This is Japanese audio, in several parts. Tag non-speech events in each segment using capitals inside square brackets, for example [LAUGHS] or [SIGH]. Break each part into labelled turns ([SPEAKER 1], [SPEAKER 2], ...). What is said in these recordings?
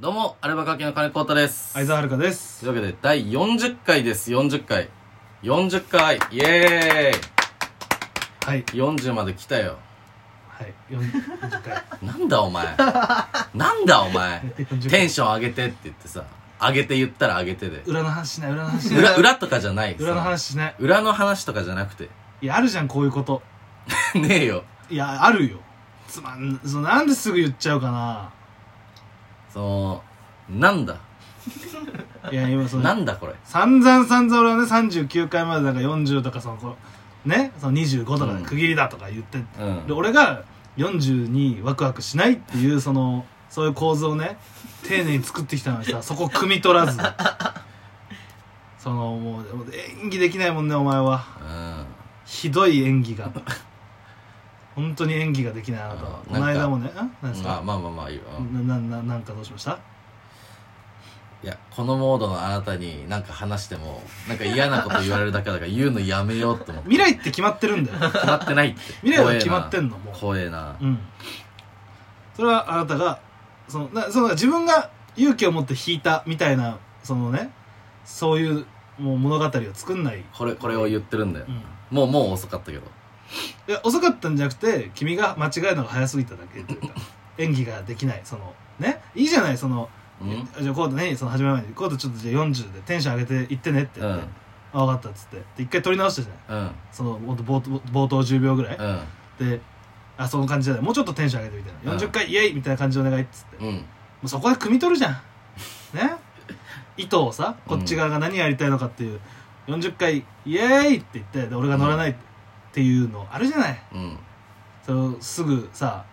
[SPEAKER 1] どうも、アルバカーキの金子太です。
[SPEAKER 2] 相沢遥です
[SPEAKER 1] というわけで、第40回です。40回。40回。イエ
[SPEAKER 2] はい
[SPEAKER 1] ーイ !40 まで来たよ。
[SPEAKER 2] はい40回
[SPEAKER 1] なんだお前。なんだお前。
[SPEAKER 2] [LAUGHS] 40
[SPEAKER 1] テ
[SPEAKER 2] 回
[SPEAKER 1] ンション上げてって言ってさ、上げて言ったら上げてで。
[SPEAKER 2] 裏の話しない裏の話
[SPEAKER 1] [LAUGHS]
[SPEAKER 2] しない
[SPEAKER 1] 裏、裏とかじゃない。
[SPEAKER 2] 裏の
[SPEAKER 1] その
[SPEAKER 2] 話しない
[SPEAKER 1] 裏の話とかじゃなくて。 [LAUGHS]
[SPEAKER 2] いやあるじゃんこういうこと
[SPEAKER 1] ねえよ。
[SPEAKER 2] いやあるよつまんそのなんですぐ言っちゃうかな
[SPEAKER 1] その、なんだ
[SPEAKER 2] いや今そ
[SPEAKER 1] な
[SPEAKER 2] の
[SPEAKER 1] んだこれ。
[SPEAKER 2] 散々散々俺はね39回までなんか40とかそのこうねその25とか
[SPEAKER 1] うん
[SPEAKER 2] で区切りだとか言って、
[SPEAKER 1] う
[SPEAKER 2] で
[SPEAKER 1] ん。
[SPEAKER 2] 俺が42ワクワクしないっていうそのそういう構造をね丁寧に作ってきたの
[SPEAKER 1] [LAUGHS]
[SPEAKER 2] にさそこを汲み取らずそのもうもう演技できないもんねお前は
[SPEAKER 1] うん。
[SPEAKER 2] ひどい演技が本当に演技ができないあなたは
[SPEAKER 1] あー
[SPEAKER 2] こ
[SPEAKER 1] な
[SPEAKER 2] の
[SPEAKER 1] んか
[SPEAKER 2] 間もねん何です
[SPEAKER 1] まあ
[SPEAKER 2] か
[SPEAKER 1] まあまあまあいいよ。うん
[SPEAKER 2] ななななんかどうしました
[SPEAKER 1] いや、このモードのあなたになんか話しても、なんか嫌なこと言われるだけだから言うのやめようって思って。
[SPEAKER 2] 未来って決まってるんだよ
[SPEAKER 1] 決まってないって。
[SPEAKER 2] 未来は決まってんのもう
[SPEAKER 1] 怖えな。
[SPEAKER 2] うんそれはあなたがそのなその自分が勇気を持って引いたみたいなそのねそういうもう物語を作んない、
[SPEAKER 1] これ、これを言ってるんだよ
[SPEAKER 2] う。ん、
[SPEAKER 1] もう、もう遅かったけど。
[SPEAKER 2] いや遅かったんじゃなくて君が間違えるのが早すぎただけ
[SPEAKER 1] [LAUGHS]
[SPEAKER 2] というか演技ができないそのねいいじゃないその
[SPEAKER 1] うん
[SPEAKER 2] じゃあコートねその始まる前にコートちょっとじゃあ40でテンション上げていってねって
[SPEAKER 1] う
[SPEAKER 2] 言って、
[SPEAKER 1] ん。
[SPEAKER 2] あ分かったっつってで一回撮り直したじゃない
[SPEAKER 1] うん。
[SPEAKER 2] そのほんと冒頭冒頭10秒ぐらい、
[SPEAKER 1] うん。
[SPEAKER 2] であその感じじゃないもうちょっとテンション上げてみたいな、
[SPEAKER 1] うん
[SPEAKER 2] 40回イエイみたいな感じでお願いっつって、も
[SPEAKER 1] うん。
[SPEAKER 2] うそこで汲み取るじゃんね糸をさこっち側が何やりたいのかっていう、40回イエイって言ってで俺が乗らないっていうのあるじゃない
[SPEAKER 1] うん。
[SPEAKER 2] そのすぐさ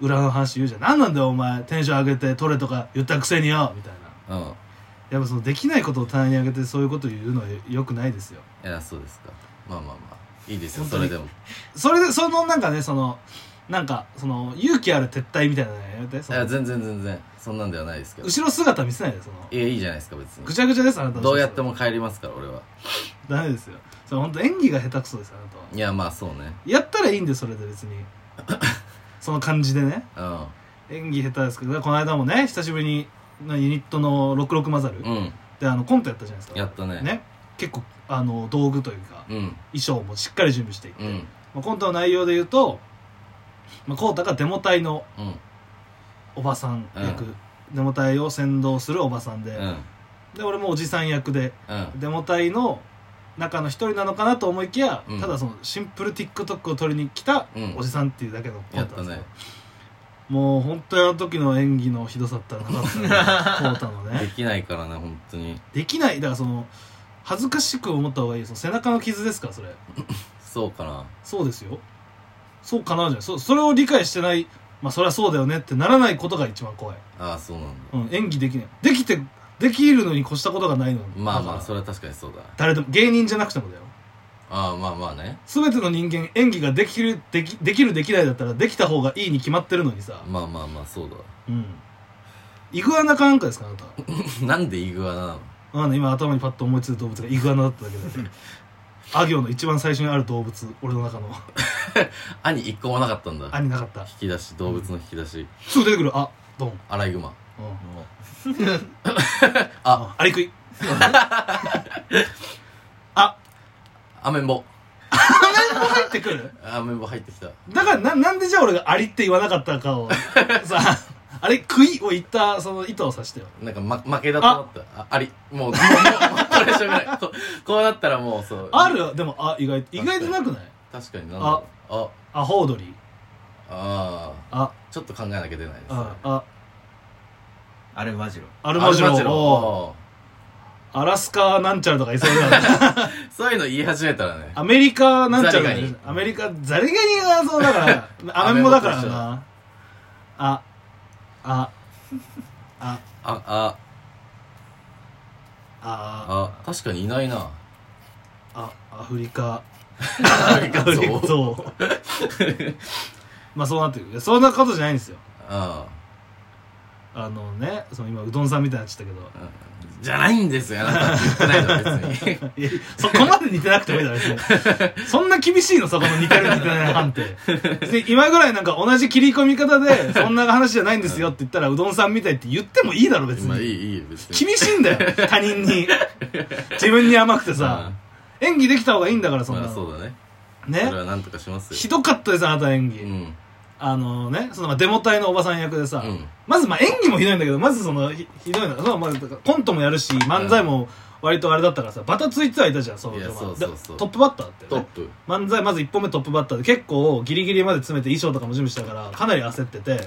[SPEAKER 2] 裏の話言うじゃん何なんだよお前テンション上げて取れとか言ったくせによみたいな
[SPEAKER 1] うん。
[SPEAKER 2] やっぱそのできないことを棚に上げてそういうことを言うのはよくないですよ
[SPEAKER 1] いや、そうですか。まあまあまあ。いいですよ、
[SPEAKER 2] 本
[SPEAKER 1] そ
[SPEAKER 2] 当に
[SPEAKER 1] れでも。
[SPEAKER 2] それでそのなんかねそのなんかその勇気ある撤退みたいなのやめて
[SPEAKER 1] い
[SPEAKER 2] その
[SPEAKER 1] や、全然全然。そんなんではないですけど。
[SPEAKER 2] 後ろ姿見せないでその
[SPEAKER 1] いや、いいじゃないですか、別
[SPEAKER 2] ぐ
[SPEAKER 1] に。
[SPEAKER 2] ちゃぐちゃですあなたの
[SPEAKER 1] どうやっても
[SPEAKER 2] 後ろ
[SPEAKER 1] 帰りますから、俺は。
[SPEAKER 2] 姿ダメですよそれ本当演技が下手くそですあなたはい
[SPEAKER 1] や、まあそうね。
[SPEAKER 2] やったらいいんでそれで別
[SPEAKER 1] [LAUGHS]
[SPEAKER 2] にその感じでね
[SPEAKER 1] うん。
[SPEAKER 2] 演技下手ですけどこの間もね久しぶりにユニットの66混ざ
[SPEAKER 1] う
[SPEAKER 2] る、
[SPEAKER 1] ん。
[SPEAKER 2] であのコントやったじゃないですか
[SPEAKER 1] やったね
[SPEAKER 2] ね結構あの道具というか
[SPEAKER 1] うん。
[SPEAKER 2] 衣装もしっかり準備していて、
[SPEAKER 1] うん。
[SPEAKER 2] まあ、コントの内容で言うと、まあ、コウタがデモ隊の
[SPEAKER 1] うん。
[SPEAKER 2] おばさん役、
[SPEAKER 1] うん
[SPEAKER 2] デモ隊を先導するおばさんで、
[SPEAKER 1] うん。
[SPEAKER 2] で俺もおじさん役で
[SPEAKER 1] うん。
[SPEAKER 2] デモ隊の中の一人なのかなと思いきや、
[SPEAKER 1] うん
[SPEAKER 2] ただそのシンプル TikTok を撮りに来た
[SPEAKER 1] うん
[SPEAKER 2] おじさんっていうだけのコ
[SPEAKER 1] や
[SPEAKER 2] ウ
[SPEAKER 1] った
[SPEAKER 2] タなんで
[SPEAKER 1] ね
[SPEAKER 2] すよ。もう本当にあの時の演技のひどさったらなかった
[SPEAKER 1] [LAUGHS]
[SPEAKER 2] ねコウタの
[SPEAKER 1] で
[SPEAKER 2] ね
[SPEAKER 1] きないからね、本当に。
[SPEAKER 2] できないだからその恥ずかしく思った方がいいその背中の傷ですからそれ
[SPEAKER 1] そうかな。
[SPEAKER 2] そうですよそうかなじゃないそそれを理解してないまあそれはそうだよねってならないことが一番怖い、
[SPEAKER 1] ああ、そうなんだ。
[SPEAKER 2] うん、演技できないできてできるのに越したことがないの
[SPEAKER 1] まあまあ、
[SPEAKER 2] だか
[SPEAKER 1] それ
[SPEAKER 2] ら
[SPEAKER 1] は確かにそうだ。
[SPEAKER 2] 誰でも芸人じゃなくてもだよ
[SPEAKER 1] ああ、まあまあね。
[SPEAKER 2] 全ての人間演技ができるできできるできないだったらできた方がいいに決まってるのにさ
[SPEAKER 1] まあまあまあ、そうだ。 [LAUGHS]
[SPEAKER 2] うんイグアナかなんかですかあなた
[SPEAKER 1] なんでイグアナなの
[SPEAKER 2] あの今頭にパッと思いついた動物がイグアナだっただけであ行の一番最初にある動物俺の [LAUGHS] 中の
[SPEAKER 1] 兄一個もなかったんだ
[SPEAKER 2] あ。になかった
[SPEAKER 1] 引き出し、動物の引き出し。
[SPEAKER 2] すぐ出てくるあドン、うん、
[SPEAKER 1] アライグマ。
[SPEAKER 2] あアリクイあ
[SPEAKER 1] アメンボ。
[SPEAKER 2] 入ってくる
[SPEAKER 1] アメンボ入ってきた。
[SPEAKER 2] だからななんでじゃあ俺がアリって言わなかったかをさ [LAUGHS] あれクイを言ったその意図を指してよ
[SPEAKER 1] なんか、ま、負けだと思った。ああり。もう、もう、もうこれしょうがない。ここうなったらもう、そう。
[SPEAKER 2] あるよでもあ意外意外となくない
[SPEAKER 1] 確かになんだろう。あ、
[SPEAKER 2] アホウドリ
[SPEAKER 1] あ
[SPEAKER 2] あ
[SPEAKER 1] あ。ちょっと考えなきゃ出ないですね。
[SPEAKER 2] ああ
[SPEAKER 3] あれマジロ
[SPEAKER 2] アルマジロ
[SPEAKER 1] アルマジロ
[SPEAKER 2] おうアラスカなんちゃらとか言いそうだ
[SPEAKER 1] [LAUGHS]
[SPEAKER 2] な
[SPEAKER 1] うんそういうの言い始めたらね。
[SPEAKER 2] アメリカなんちゃら
[SPEAKER 1] ザリガニ
[SPEAKER 2] アメリカザリガニがそうだからアメンボだから
[SPEAKER 1] アメンボと一緒
[SPEAKER 2] なあああ
[SPEAKER 1] あ、あ、
[SPEAKER 2] あ
[SPEAKER 1] あ、確かにいないな。
[SPEAKER 2] あアフリカ
[SPEAKER 1] アメリカ
[SPEAKER 2] アフ
[SPEAKER 1] ゾ
[SPEAKER 2] リカ
[SPEAKER 1] ウ。
[SPEAKER 2] ゾウ
[SPEAKER 1] [LAUGHS]
[SPEAKER 2] まあそうなってくるいやそんなことじゃないんですよ
[SPEAKER 1] あ
[SPEAKER 2] あのねその今うどんさんみたいになっちゃったけど
[SPEAKER 1] じゃないんですよあなたって言ってないの別に
[SPEAKER 2] いや [LAUGHS] そこまで似てなくてもいいだろ別に
[SPEAKER 1] [LAUGHS]
[SPEAKER 2] そんな厳しいのそこの似てる似てない判定で今ぐらいなんか同じ切り込み方でそんな話じゃないんですよって言ったらうどんさんみたいって言ってもいいだろ別
[SPEAKER 1] まあい
[SPEAKER 2] に
[SPEAKER 1] いいいよ別に
[SPEAKER 2] 厳しいんだよ他人に自分に甘くてさ演技できた方がいいんだからそん
[SPEAKER 1] ま
[SPEAKER 2] な
[SPEAKER 1] あ
[SPEAKER 2] の
[SPEAKER 1] そうだね
[SPEAKER 2] ね
[SPEAKER 1] それはなんとかしますよ
[SPEAKER 2] ひどかったですあなた演
[SPEAKER 1] う
[SPEAKER 2] 技
[SPEAKER 1] ん
[SPEAKER 2] あのねそのまあデモ隊のおばさん役でさ
[SPEAKER 1] うん
[SPEAKER 2] まずまあ演技もひどいんだけどまずそのひひどいのがそのまあコントもやるし漫才も割とあれだったからさバタついてはいたじゃんその
[SPEAKER 1] いや
[SPEAKER 2] まあ
[SPEAKER 1] そうそうそう
[SPEAKER 2] でトップバッターだって、
[SPEAKER 1] トッ
[SPEAKER 2] ね、
[SPEAKER 1] プ
[SPEAKER 2] 漫才まず1本目トップバッターで結構ギリギリまで詰めて衣装とかも準備したからかなり焦ってて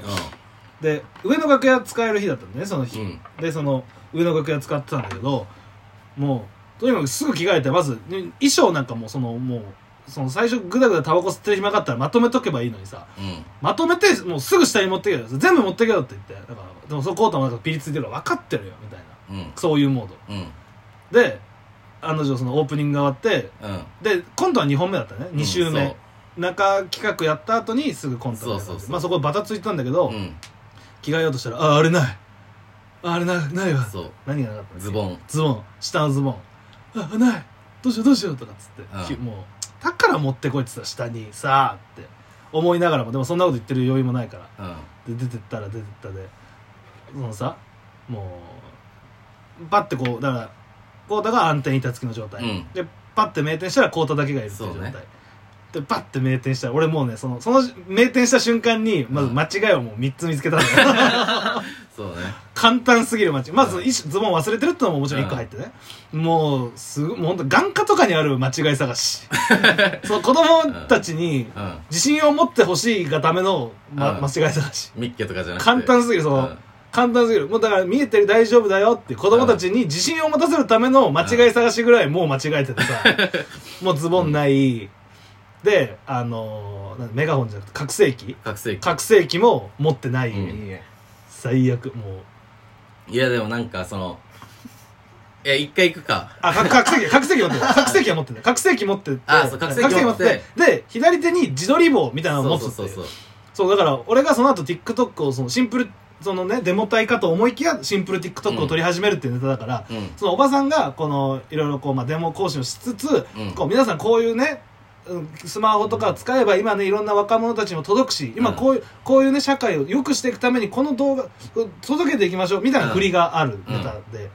[SPEAKER 2] で上の楽屋使える日だったんだねその
[SPEAKER 1] う
[SPEAKER 2] 日、
[SPEAKER 1] んうん
[SPEAKER 2] でその上の楽屋使ってたんだけどもうとにかくすぐ着替えてまずね衣装なんかもうそのもうその最初グダグダタバコ吸ってる暇があったらまとめとけばいいのにさ
[SPEAKER 1] うん
[SPEAKER 2] まとめてもうすぐ下に持ってけよ全部持ってけよって言ってだからでもそこコートもなんかピリついてるから分かってるよみたいな
[SPEAKER 1] うん
[SPEAKER 2] そういうモー
[SPEAKER 1] うん
[SPEAKER 2] ドで案の定そのオープニングが終わって
[SPEAKER 1] うん
[SPEAKER 2] で今度は2本目だったね2週目、
[SPEAKER 1] うん
[SPEAKER 2] 中企画やった後にすぐコントみたいな感じで
[SPEAKER 1] そうそうそう
[SPEAKER 2] まあそこバタついたんだけど、
[SPEAKER 1] そううん
[SPEAKER 2] 着替えようとしたらああれないああれないないわ
[SPEAKER 1] そう
[SPEAKER 2] 何がなかったの
[SPEAKER 1] ズボン
[SPEAKER 2] ズボン下のズボンああないどうしようどうしようとかっつ
[SPEAKER 1] うん
[SPEAKER 2] って、きもうだから持ってこいって言ってた下にさあって思いながらもでもそんなこと言ってる余裕もないから
[SPEAKER 1] うん
[SPEAKER 2] で出てったら出てったでそのさもうパッてこうだからコータが暗転板付きの状態、
[SPEAKER 1] うん
[SPEAKER 2] でパッて名店したらコータだけがいるっていう状態
[SPEAKER 1] そう
[SPEAKER 2] でパッて名店したら俺もうねそのその名店した瞬間にまず間違いをもう3つ見つけ
[SPEAKER 1] [LAUGHS]
[SPEAKER 2] たんだよ、
[SPEAKER 1] そうね
[SPEAKER 2] 簡単すぎる間違いまず衣装ズボン忘れてるってのももちろん1個入ってね、もうすごいもうほんと眼科とかにある間違い探
[SPEAKER 1] [LAUGHS]
[SPEAKER 2] しその子供たちに
[SPEAKER 1] うん
[SPEAKER 2] 自信を持ってほしいがための、ま
[SPEAKER 1] うん
[SPEAKER 2] 間違い探し
[SPEAKER 1] ミッケとかじゃなくて
[SPEAKER 2] 簡単すぎるその、簡単すぎるもうだから見えてる大丈夫だよって子供たちに自信を持たせるための間違い探しぐらいもう間違えて
[SPEAKER 1] [LAUGHS]
[SPEAKER 2] てさもうズボンない、であのーなんメガホンじゃなくて拡声器
[SPEAKER 1] 覚醒器
[SPEAKER 2] 拡声器も持ってない、
[SPEAKER 1] うん
[SPEAKER 3] え
[SPEAKER 2] 最悪もう
[SPEAKER 1] いやでもなんかそのいや一回行くか
[SPEAKER 2] あか拡声器拡声器持って
[SPEAKER 1] [LAUGHS]
[SPEAKER 2] る拡声器は持ってない拡声器持ってて
[SPEAKER 1] あそう拡声器持って
[SPEAKER 2] で左手に自撮り棒みたいなのを
[SPEAKER 1] そ
[SPEAKER 2] 持
[SPEAKER 1] う
[SPEAKER 2] つ
[SPEAKER 1] そ
[SPEAKER 2] っ
[SPEAKER 1] う
[SPEAKER 2] ていう
[SPEAKER 1] そうそう
[SPEAKER 2] そうだから俺がその後 TikTok をそのシンプルそのねデモ隊かと思いきやシンプル TikTok を撮り始めるっていうネタだから、
[SPEAKER 1] うん
[SPEAKER 2] そのおばさんがこのいろいろこう、まあ、デモ行進をしつつ、
[SPEAKER 1] うん
[SPEAKER 2] こう皆さんこういうねうんスマホとか使えば今ねいろんな若者たちにも届くし今
[SPEAKER 1] うん
[SPEAKER 2] こういう、こういうね社会を良くしていくためにこの動画うん届けていきましょうみたいな振りがあるネタで、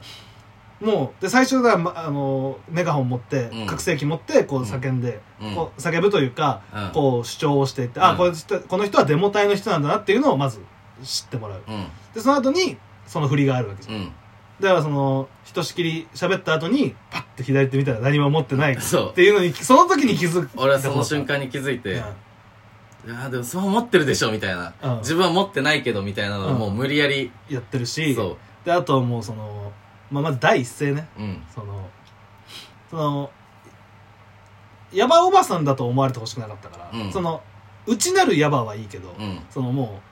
[SPEAKER 2] もうで最初だから、まあのメガホン持って、
[SPEAKER 1] うん
[SPEAKER 2] 拡声器持ってこう叫んで、
[SPEAKER 1] うん
[SPEAKER 2] こう叫ぶというか、
[SPEAKER 1] うん
[SPEAKER 2] こう主張をしていって、
[SPEAKER 1] う
[SPEAKER 2] あ
[SPEAKER 1] ん
[SPEAKER 2] この人この人はデモ隊の人なんだなっていうのをまず知ってもらう
[SPEAKER 1] うん
[SPEAKER 2] でその後にその振りがあるわけじゃん
[SPEAKER 1] うん
[SPEAKER 2] だからそのひとしきり喋った後にパッて左手見たら何も持ってないっ
[SPEAKER 1] そう
[SPEAKER 2] ていうのにその時に気づく
[SPEAKER 1] 俺はその瞬間に気づいて、いやーでもそう持ってるでしょみたいな、
[SPEAKER 2] うん
[SPEAKER 1] 自分は持ってないけどみたいなのをもう無理やり、
[SPEAKER 2] やってるし
[SPEAKER 1] そ
[SPEAKER 2] であともうその、まあ、まず第一声ね
[SPEAKER 1] ううん
[SPEAKER 2] そのそのヤバおばさんだと思われてほしくなかったから、
[SPEAKER 1] うん
[SPEAKER 2] その内なるヤバはいいけど、
[SPEAKER 1] うん
[SPEAKER 2] そのもう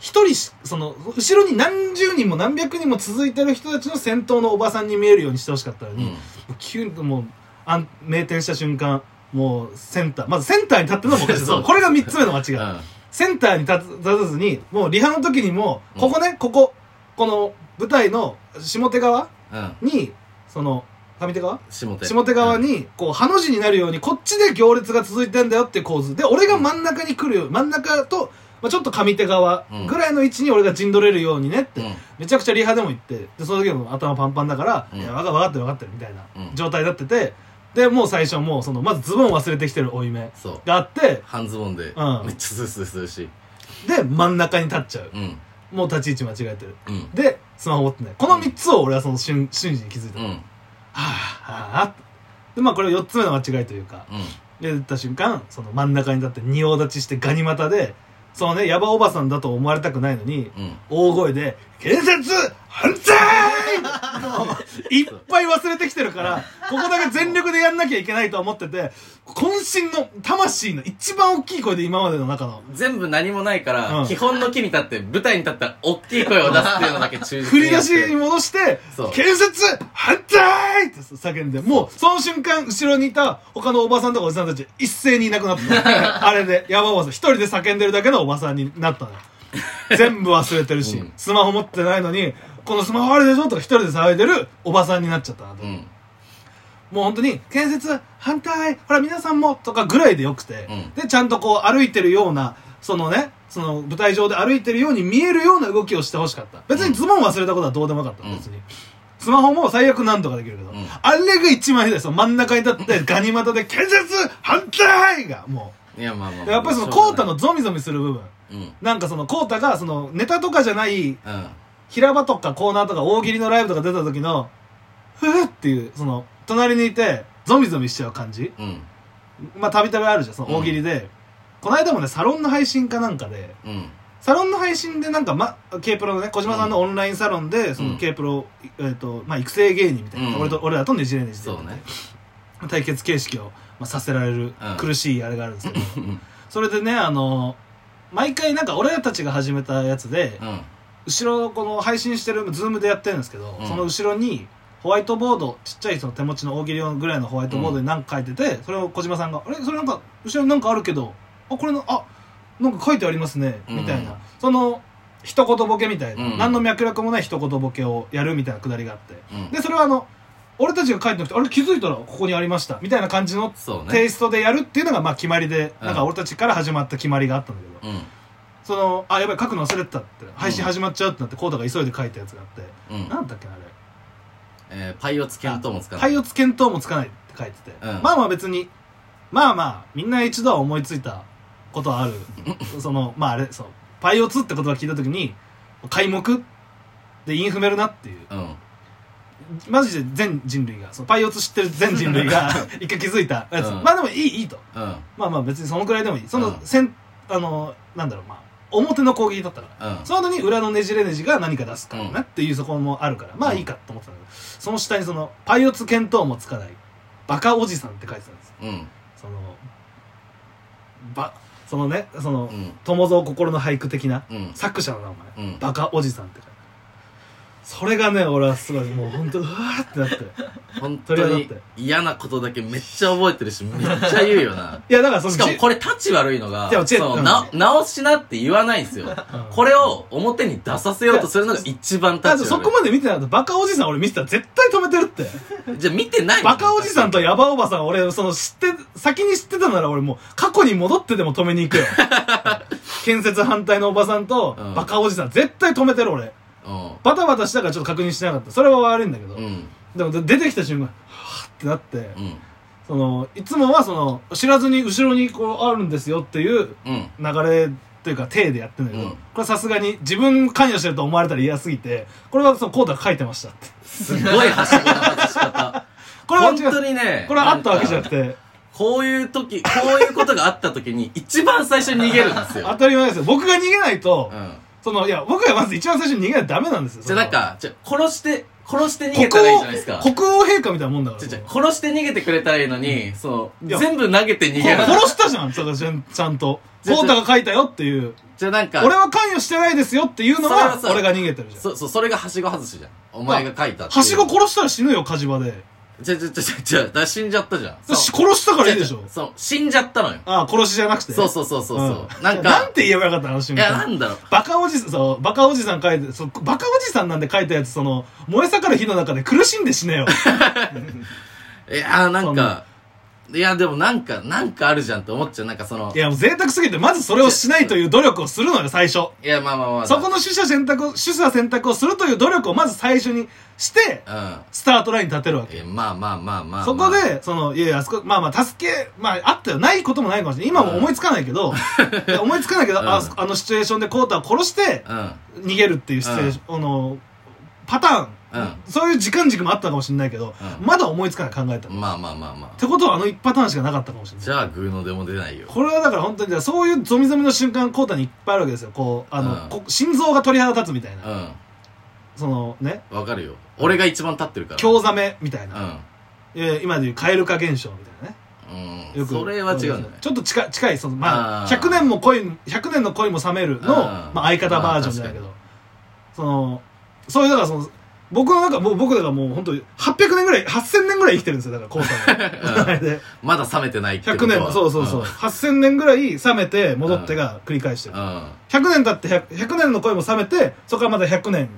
[SPEAKER 2] 一人しその後ろに何十人も何百人も続いてる人たちの先頭のおばさんに見えるようにしてほしかったの
[SPEAKER 1] う
[SPEAKER 2] に、
[SPEAKER 1] ん
[SPEAKER 2] 急にもうあん名店した瞬間もうセンターまずセンターに立ってるのもおかしい
[SPEAKER 1] そう
[SPEAKER 2] そうこれが3つ目の間
[SPEAKER 1] う
[SPEAKER 2] 違い、
[SPEAKER 1] ん
[SPEAKER 2] センターに立つ立たずにもうリハの時にも
[SPEAKER 1] うん
[SPEAKER 2] ここね、こここの舞台の下手側
[SPEAKER 1] うん
[SPEAKER 2] にその上手側
[SPEAKER 1] 下手
[SPEAKER 2] 下手側にこうハの字になるようにこっちで行列が続いてんだよっていう構図で俺が真ん中に来るよ真ん中と、まあ、ちょっと上手側ぐらいの位置に俺が陣取れるようにねって
[SPEAKER 1] うん
[SPEAKER 2] めちゃくちゃリハでも行ってでその時も頭パンパンだから「
[SPEAKER 1] うん
[SPEAKER 2] いや分か分かってる分かってる」みたいな
[SPEAKER 1] うん
[SPEAKER 2] 状態になってて、でもう最初もうそのまずズボン忘れてきてる負い目
[SPEAKER 1] そう
[SPEAKER 2] があって
[SPEAKER 1] 半ズボンで、
[SPEAKER 2] うん
[SPEAKER 1] めっちゃスースーするし
[SPEAKER 2] で真ん中に立っちゃう
[SPEAKER 1] うん
[SPEAKER 2] もう立ち位置間違えてる
[SPEAKER 1] うん
[SPEAKER 2] でスマホ持ってないこの3つを俺はその瞬瞬時に気づいた、
[SPEAKER 1] う
[SPEAKER 2] は
[SPEAKER 1] ん
[SPEAKER 2] あはあでまあこれ4つ目の間違いというか
[SPEAKER 1] うん
[SPEAKER 2] 出た瞬間その真ん中に立って仁王立ちしてガニ股でそのねヤバおばさんだと思われたくないのに
[SPEAKER 1] うん
[SPEAKER 2] 大声で「建設反対!」いっぱい忘れてきてるからここだけ全力でやんなきゃいけないと思ってて渾身の魂の一番大きい声で今までの中の
[SPEAKER 1] 全部何もないから、
[SPEAKER 2] うん
[SPEAKER 1] 基本の木に立って舞台に立ったら大きい声を出すっていうのだけ忠実
[SPEAKER 2] [LAUGHS] 振
[SPEAKER 1] に
[SPEAKER 2] り
[SPEAKER 1] や
[SPEAKER 2] 出
[SPEAKER 1] っ
[SPEAKER 2] してに戻して
[SPEAKER 1] そう
[SPEAKER 2] 「建設反対!」って叫んでもうその瞬間後ろにいた他のおばさんとかお [LAUGHS] じさんたち一斉にいなくなったあれでヤバおばさん一人で叫んでるだけのおばさんになったのよ全部忘れてるし、
[SPEAKER 1] うん
[SPEAKER 2] スマホ持ってないのにこのスマホあれでしょとか一人で騒いでるおばさんになっちゃったなと、
[SPEAKER 1] うんうん
[SPEAKER 2] もう本当に建設反対ほら皆さんもとかぐらいでよくて、
[SPEAKER 1] うん
[SPEAKER 2] でちゃんとこう歩いてるようなそのねその舞台上で歩いてるように見えるような動きをしてほしかった別にズボン忘れたことはどうでもよかった、
[SPEAKER 1] うん
[SPEAKER 2] 別にスマホも最悪なんとかできるけど、
[SPEAKER 1] うん
[SPEAKER 2] あれが一番ひどいその真ん中に立ってガニ股で建設反対がも
[SPEAKER 1] いやまあまあ
[SPEAKER 2] う
[SPEAKER 1] まあ、
[SPEAKER 2] でやっぱりその
[SPEAKER 1] しょ
[SPEAKER 2] コ
[SPEAKER 1] う
[SPEAKER 2] ー
[SPEAKER 1] が
[SPEAKER 2] タ
[SPEAKER 1] ない
[SPEAKER 2] のゾミゾミする部分
[SPEAKER 1] うん
[SPEAKER 2] なんかそのコータがそのネタとかじゃない
[SPEAKER 1] うん
[SPEAKER 2] 平場とかコーナーとか大喜利のライブとか出た時のふふっていうその隣にいてゾミゾミしちゃう感じ
[SPEAKER 1] うん
[SPEAKER 2] まあたびたびあるじゃんその大喜利で、この間もねサロンの配信かなんかで
[SPEAKER 1] うん
[SPEAKER 2] サロンの配信でなんか、ま、K プロのね小島さんのオンラインサロンでそ
[SPEAKER 1] うん
[SPEAKER 2] の K プロ、えーとまあ、育成芸人みたいな、
[SPEAKER 1] うん
[SPEAKER 2] 俺と俺らとねじれねじで
[SPEAKER 1] そうね
[SPEAKER 2] 対決形式を、まあ、させられる
[SPEAKER 1] うん
[SPEAKER 2] 苦しいあれがあるんですけど、
[SPEAKER 1] うん
[SPEAKER 2] それでねあの毎回なんか俺たちが始めたやつで、
[SPEAKER 1] うん
[SPEAKER 2] 後ろこの配信してるズームでやってるんですけど、
[SPEAKER 1] うん
[SPEAKER 2] その後ろにホワイトボードちっちゃいその手持ちの大喜利用ぐらいのホワイトボードに何か書いてて、それを小島さんが「あれそれなんか後ろになんかあるけどあこれのあなんか書いてありますね」
[SPEAKER 1] うん
[SPEAKER 2] みたいなその一言ボケみたいな、
[SPEAKER 1] うん
[SPEAKER 2] 何の脈絡もない一言ボケをやるみたいなくだりがあって
[SPEAKER 1] うん
[SPEAKER 2] でそれはあの俺たちが書いてなくてあれ気づいたらここにありましたみたいな感じの
[SPEAKER 1] そう
[SPEAKER 2] テ
[SPEAKER 1] ね
[SPEAKER 2] イストでやるっていうのがまあ決まりで、
[SPEAKER 1] うん
[SPEAKER 2] なんか俺たちから始まった決まりがあったんだけど。
[SPEAKER 1] うん
[SPEAKER 2] そのあやばい書くの忘れてたって配信始まっちゃうってなってコータが急いで書いたやつがあって、
[SPEAKER 1] うん
[SPEAKER 2] なんだっけなあ
[SPEAKER 1] えーパイオツ見当もつか
[SPEAKER 2] れ
[SPEAKER 1] ない
[SPEAKER 2] 配置検討もつかないって書いてて、
[SPEAKER 1] うん
[SPEAKER 2] まあまあ別にまあまあみんな一度は思いついたことは
[SPEAKER 1] [LAUGHS]
[SPEAKER 2] あるそのまああれそうパイオツって言葉聞いた時に開目でインフメるなっていう
[SPEAKER 1] うん
[SPEAKER 2] マジで全人類がそのパイオツ知ってる全人類
[SPEAKER 1] [LAUGHS]
[SPEAKER 2] が一回気づいたやつ、
[SPEAKER 1] うん
[SPEAKER 2] まあでもいいいいと
[SPEAKER 1] うん
[SPEAKER 2] まあまあ別にそのくらいでもいいその、
[SPEAKER 1] うん
[SPEAKER 2] せんあのなんだろうまあ表の攻撃だったから
[SPEAKER 1] うん
[SPEAKER 2] その後に裏のねじれねじが何か出すから
[SPEAKER 1] うん
[SPEAKER 2] なっていうそこもあるから、まあいいかと思ってたんだけど、その下にその、パイオツ見当もつかない、バカおじさんって書いてたんですよ。
[SPEAKER 1] うん
[SPEAKER 2] その、ば、そのね、その
[SPEAKER 1] う、ん
[SPEAKER 2] 友蔵心の俳句的な、
[SPEAKER 1] うん
[SPEAKER 2] 作者の名前、
[SPEAKER 1] うん
[SPEAKER 2] バカおじさんって書いてあるそれがね、俺はすごい、もう本当うわーってなって。
[SPEAKER 1] 本当
[SPEAKER 2] とりあえず
[SPEAKER 1] に
[SPEAKER 2] だって
[SPEAKER 1] 嫌なことだけめっちゃ覚えてるしめっちゃ言うよな
[SPEAKER 2] いや、だ [LAUGHS] からその、
[SPEAKER 1] しかも
[SPEAKER 2] じ
[SPEAKER 1] これ立ち悪いのが
[SPEAKER 2] でも違う
[SPEAKER 1] そううんな直しなって言わないんですよ
[SPEAKER 2] うん
[SPEAKER 1] これを表に出させようとするのが一番立ち
[SPEAKER 2] だっ
[SPEAKER 1] 悪
[SPEAKER 2] て
[SPEAKER 1] い
[SPEAKER 2] そこまで見てなかったバカおじさん俺見てたら絶対止めてるって。
[SPEAKER 1] じゃあ見てない
[SPEAKER 2] バカおじさんとヤバおばさん、俺、その知って、先に知ってたなら俺もう過去に戻ってでも止めに行く
[SPEAKER 1] [LAUGHS]
[SPEAKER 2] よ。建設反対のおばさんと
[SPEAKER 1] うん、
[SPEAKER 2] バカおじさん、絶対止めてる俺。
[SPEAKER 1] う
[SPEAKER 2] バタバタしたからちょっと確認してなかった。それは悪いんだけど。
[SPEAKER 1] んうん
[SPEAKER 2] でもで出てきた瞬間、はぁってなって、
[SPEAKER 1] うん
[SPEAKER 2] その、いつもはその、知らずに後ろにこうあるんですよっていう
[SPEAKER 1] うん
[SPEAKER 2] 流れというか、体でやってんだけど、
[SPEAKER 1] うん
[SPEAKER 2] これはさすがに自分関与してると思われたら嫌すぎて、これはそのコータが書いてましたって。
[SPEAKER 1] すごいはしごの外し方
[SPEAKER 2] [LAUGHS] これは
[SPEAKER 1] 本
[SPEAKER 2] 違
[SPEAKER 1] 当
[SPEAKER 2] う。
[SPEAKER 1] にね
[SPEAKER 2] これはあったわけじゃなくて。
[SPEAKER 1] こういう時こういうことがあった時に一番最初に逃げるんです
[SPEAKER 2] 当
[SPEAKER 1] よ
[SPEAKER 2] たり前ですよ。僕が逃げないと、
[SPEAKER 1] うん
[SPEAKER 2] その、いや、僕がまず一番最初に逃げないとダメなんですよ。
[SPEAKER 1] じゃあなんかじゃあ殺して殺して逃
[SPEAKER 2] その、
[SPEAKER 1] げたらいいじゃないですか
[SPEAKER 2] 国王、国王陛下みたいなもんだから。
[SPEAKER 1] ちょちょ
[SPEAKER 2] もう
[SPEAKER 1] 殺して逃げてくれたらいいのに、そう、
[SPEAKER 2] いや
[SPEAKER 1] 全部投げて逃げる。
[SPEAKER 2] 殺したじゃん、それちゃんちゃんと。
[SPEAKER 1] じゃ
[SPEAKER 2] コ
[SPEAKER 1] あ
[SPEAKER 2] ータが書いたよっていう、
[SPEAKER 1] じゃあなんか、
[SPEAKER 2] 俺は関与してないですよっていう
[SPEAKER 1] そ
[SPEAKER 2] の
[SPEAKER 1] れ
[SPEAKER 2] は
[SPEAKER 1] は、さ
[SPEAKER 2] 俺が逃げてるじゃん。
[SPEAKER 1] そ、そう、それがはしご外しじゃん。お前が書いたっていう
[SPEAKER 2] はしご殺したら死ぬよ、火事場で。
[SPEAKER 1] じゃあじゃあじゃあじゃあだから死んじゃったじゃん。
[SPEAKER 2] し殺したからいいでしょ。
[SPEAKER 1] そう、死んじゃったのよ。
[SPEAKER 2] ああ、殺しじゃなくて。
[SPEAKER 1] そうそうそうそう。そ
[SPEAKER 2] うん
[SPEAKER 1] うなん
[SPEAKER 2] な
[SPEAKER 1] か
[SPEAKER 2] ん、て言えばよかったの、あの
[SPEAKER 1] い
[SPEAKER 2] 瞬
[SPEAKER 1] や、な
[SPEAKER 2] 間。
[SPEAKER 1] んだろう。
[SPEAKER 2] バカおじさん、そう、バカおじさん書いて、そう、バカおじさんなんで書いたやつ、その、燃え盛る火の中で苦しんで死ねよ。
[SPEAKER 1] いやーなんか、いやでもなんか、なんかあるじゃんって思っちゃう。なんかその
[SPEAKER 2] い、や、もう贅沢すぎて、まずそれをしないという努力をするのよ、最初。
[SPEAKER 1] いやまあまあまあ。
[SPEAKER 2] そこの取捨選択を、取捨選択をするという努力をまず最初にして、
[SPEAKER 1] うん。
[SPEAKER 2] スタートラインに立てるわけ。
[SPEAKER 1] え、まあまあまあまあ。
[SPEAKER 2] そこ、で、その、いやいや、あそこ、まあまあ、助け、まあ、あったよ。ないこともないかもしれない。今も思いつかないけど、いや思いつかないけ
[SPEAKER 1] [LAUGHS]
[SPEAKER 2] ど、
[SPEAKER 1] うん
[SPEAKER 2] あそあのシチュエーションでコータを殺して、
[SPEAKER 1] うん。
[SPEAKER 2] 逃げるっていうシチュエーション、あの、パターン、
[SPEAKER 1] うん
[SPEAKER 2] そういう時間軸もあったかもしれないけど、
[SPEAKER 1] うん
[SPEAKER 2] まだ思いつかない考えたの。っ
[SPEAKER 1] まあまあまあまあ。
[SPEAKER 2] てことは、あの1パターンしかなかったかもしれない
[SPEAKER 1] じ。ゃあ、グーのでも出ないよ。
[SPEAKER 2] これはだから本当にだからそういうゾミゾミの瞬間コータにいっぱいあるわけですよこうあ
[SPEAKER 1] う
[SPEAKER 2] の、
[SPEAKER 1] ん
[SPEAKER 2] こ心臓が鳥肌立つみたいな、
[SPEAKER 1] うん。
[SPEAKER 2] そのね
[SPEAKER 1] わかるよ。俺が一番立ってるから。
[SPEAKER 2] 興ざめみたいな、
[SPEAKER 1] うん。
[SPEAKER 2] えー今でいう蛙化現象みたいなね
[SPEAKER 1] うん
[SPEAKER 2] よく
[SPEAKER 1] それは違うんだね
[SPEAKER 2] ちょっと近い近いそのまあ
[SPEAKER 1] あー
[SPEAKER 2] 100年も恋100年の恋も冷めるの、
[SPEAKER 1] うん
[SPEAKER 2] まあ、相方バージョンだけど、そのそういうだからその僕はなんかもう僕だからもう本当800年ぐらい8000年ぐらい生きてるんですよだからこうさん
[SPEAKER 1] [LAUGHS]
[SPEAKER 2] があれ [LAUGHS] で
[SPEAKER 1] まだ冷めてないってこと
[SPEAKER 2] 100
[SPEAKER 1] は
[SPEAKER 2] 年そうそうそう、8000年ぐらい冷めて戻ってが繰り返して
[SPEAKER 1] う
[SPEAKER 2] る
[SPEAKER 1] ん、あ
[SPEAKER 2] 100年経って 100, 100年の恋も冷めてそこからまだ100年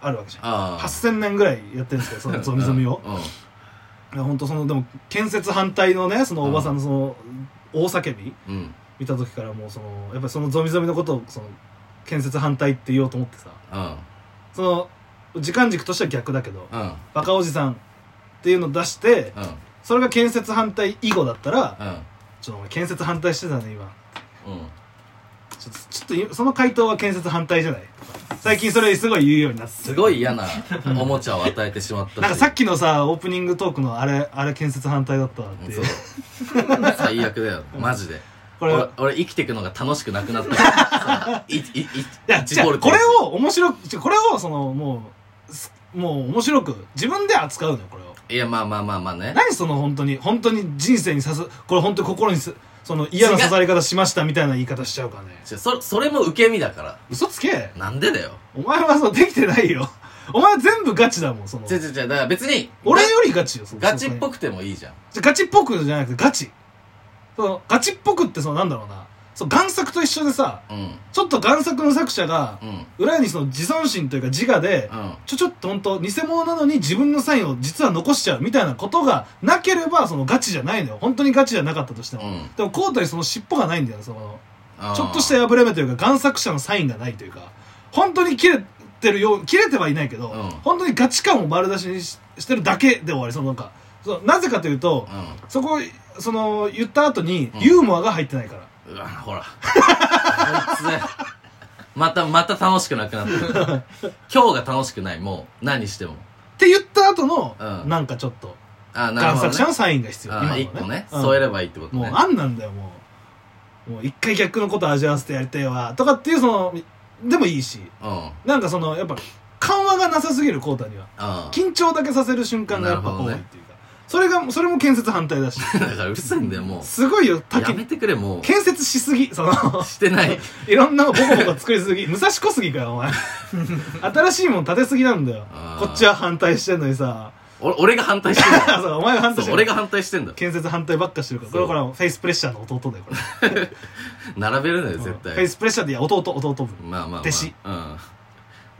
[SPEAKER 2] あるわけじゃん
[SPEAKER 1] あ
[SPEAKER 2] 8000年ぐらいやってるんですけどそのゾミゾミ
[SPEAKER 1] [LAUGHS]
[SPEAKER 2] を
[SPEAKER 1] うんうん
[SPEAKER 2] いや本当そのでも建設反対のねそのおばさんのその大叫び
[SPEAKER 1] うん
[SPEAKER 2] 見た時からもうそのやっぱりそのゾミゾミのことをその建設反対って言おうと思ってさ
[SPEAKER 1] うん
[SPEAKER 2] その時間軸としては逆だけど
[SPEAKER 1] うん
[SPEAKER 2] バカおじさんっていうのを出して
[SPEAKER 1] うん
[SPEAKER 2] それが建設反対以後だったら
[SPEAKER 1] うん
[SPEAKER 2] ちょっとお前建設反対してたね今
[SPEAKER 1] うん
[SPEAKER 2] ちょっとちょっと今その回答は建設反対じゃない最近それすごい言うようになって
[SPEAKER 1] すごい嫌なおもちゃを与えてしまったし
[SPEAKER 2] なんかさっきのさオープニングトークのあれあれ建設反対だったわっていう
[SPEAKER 1] そう最悪だよマジで
[SPEAKER 2] これ
[SPEAKER 1] 俺俺生きていくのが楽しくなくな
[SPEAKER 2] [LAUGHS]
[SPEAKER 1] ったからいいいい
[SPEAKER 2] いや、
[SPEAKER 1] 一
[SPEAKER 2] 違
[SPEAKER 1] ボル
[SPEAKER 2] う、
[SPEAKER 1] テ
[SPEAKER 2] こ
[SPEAKER 1] ージ
[SPEAKER 2] れを面白く、違うこれをその、もう、すもう面白く、自分で扱うのよ、これを。
[SPEAKER 1] いやまあまあまあまあね
[SPEAKER 2] 何その本当に、本当に人生に刺す、これ本当に心にす、その嫌な刺され方しましたみたいな言い方しちゃうからね。
[SPEAKER 1] ちょそそれも受け身だから
[SPEAKER 2] 嘘つけ
[SPEAKER 1] なんでだよ
[SPEAKER 2] お前はそのできてないよ。 [LAUGHS] お前は全部ガチだもん、その
[SPEAKER 1] 違う。違う違うだから別に
[SPEAKER 2] 俺よりガチよ、その
[SPEAKER 1] ガチっぽ
[SPEAKER 2] く。
[SPEAKER 1] くてもいいじゃん
[SPEAKER 2] じゃガチっぽくじゃなくて、ガチ。その、ガチっぽくってその、なんだろうな。そう、贋作と一緒でさ、
[SPEAKER 1] うん
[SPEAKER 2] ちょっと贋作の作者が、
[SPEAKER 1] うん
[SPEAKER 2] 裏にその自尊心というか自我で、
[SPEAKER 1] うん
[SPEAKER 2] ちょ、ちょっと本当偽物なのに自分のサインを実は残しちゃうみたいなことがなければ、そのガチじゃないのよ。本当にガチじゃなかったとしても。
[SPEAKER 1] うん
[SPEAKER 2] でも、コートにその尻尾がないんだよ、その。
[SPEAKER 1] あー
[SPEAKER 2] ちょっとした破れ目というか、贋作者のサインがないというか、本当に切れてるよう、切れてはいないけど、
[SPEAKER 1] うん
[SPEAKER 2] 本当にガチ感を丸出しにししてるだけで終わり、そのなんか。そのなぜかというと、
[SPEAKER 1] う
[SPEAKER 2] そこ、その、言った後に
[SPEAKER 1] うん
[SPEAKER 2] ユーモアが入ってないから。
[SPEAKER 1] んうわほらこいつまたまた楽しくなくなった
[SPEAKER 2] [LAUGHS]
[SPEAKER 1] 今日が楽しくないもう何しても
[SPEAKER 2] って言った後の、
[SPEAKER 1] うん
[SPEAKER 2] なんかちょっと、
[SPEAKER 1] あーなる
[SPEAKER 2] 贋
[SPEAKER 1] ほど
[SPEAKER 2] 作者
[SPEAKER 1] ね
[SPEAKER 2] のサインが必要。
[SPEAKER 1] あー一個ね
[SPEAKER 2] うん
[SPEAKER 1] 添えればいいってこと
[SPEAKER 2] もう
[SPEAKER 1] ね
[SPEAKER 2] あんなんだよもうもう一回逆のこと味わわせてやりたいわとかっていうそのでもいいし
[SPEAKER 1] うん
[SPEAKER 2] なんかそのやっぱ緩和がなさすぎるコータには
[SPEAKER 1] あー
[SPEAKER 2] 緊張だけさせる瞬間がやっぱ多い
[SPEAKER 1] な
[SPEAKER 2] っ
[SPEAKER 1] るほどね
[SPEAKER 2] ていうか、それがそれも建設反対だし
[SPEAKER 1] だからうるせえんだよも
[SPEAKER 2] すごいよ
[SPEAKER 1] う
[SPEAKER 2] 多
[SPEAKER 1] やめ
[SPEAKER 2] 岐
[SPEAKER 1] てくれもう
[SPEAKER 2] 建設しすぎその
[SPEAKER 1] してない
[SPEAKER 2] [LAUGHS] いろんなのボコボコ作りすぎ武蔵小杉かよ
[SPEAKER 1] [LAUGHS]
[SPEAKER 2] お前新しいもん建てすぎなんだよ
[SPEAKER 1] あー
[SPEAKER 2] こっちは反対してんのにさ [LAUGHS]
[SPEAKER 1] 俺俺が反対してる
[SPEAKER 2] そうお前が [LAUGHS] 反対して
[SPEAKER 1] そう
[SPEAKER 2] る
[SPEAKER 1] 俺が反対してんだ
[SPEAKER 2] 建設反対ばっかしてるからこれ
[SPEAKER 1] そう
[SPEAKER 2] これはフェイスプレッシャーの弟だよこれ
[SPEAKER 1] 並べるのよ [LAUGHS] 絶
[SPEAKER 2] フェイ
[SPEAKER 1] 対
[SPEAKER 2] スプレッシャーでいや弟弟分
[SPEAKER 1] まあまあまあ
[SPEAKER 2] 弟子
[SPEAKER 1] うん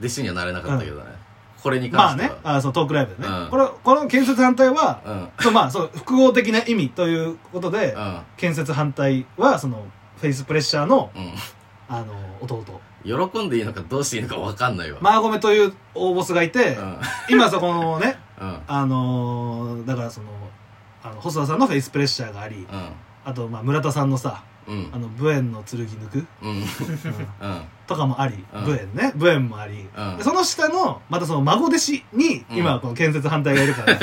[SPEAKER 1] 弟子にはなれなかったけどねこれに
[SPEAKER 2] まあ
[SPEAKER 1] 関して
[SPEAKER 2] ね
[SPEAKER 1] は
[SPEAKER 2] あそうトークライブでね、
[SPEAKER 1] うん
[SPEAKER 2] これこの建設反対は、
[SPEAKER 1] うん
[SPEAKER 2] そうまあそう複合的な意味ということで、建設反対はそのフェイスプレッシャーの
[SPEAKER 1] う
[SPEAKER 2] あの弟
[SPEAKER 1] んうん喜んでいいのかどうしていいのか分かんないわ
[SPEAKER 2] マーゴメという大ボスがいて、
[SPEAKER 1] うん
[SPEAKER 2] 今そこのね
[SPEAKER 1] うん
[SPEAKER 2] あのーだからそのあの細田さんのフェイスプレッシャーがありあとまあ村田さんのさ
[SPEAKER 1] うんうん
[SPEAKER 2] あのブエンの剣抜く、
[SPEAKER 1] うん
[SPEAKER 2] う
[SPEAKER 1] う
[SPEAKER 2] ん [LAUGHS]
[SPEAKER 1] ん
[SPEAKER 2] とかもあり、
[SPEAKER 1] うん
[SPEAKER 2] ブエンねブエンもあり、
[SPEAKER 1] うん
[SPEAKER 2] でその下のまたその孫弟子に
[SPEAKER 1] うん
[SPEAKER 2] 今はこの建設反対がい
[SPEAKER 1] [LAUGHS]
[SPEAKER 2] るから、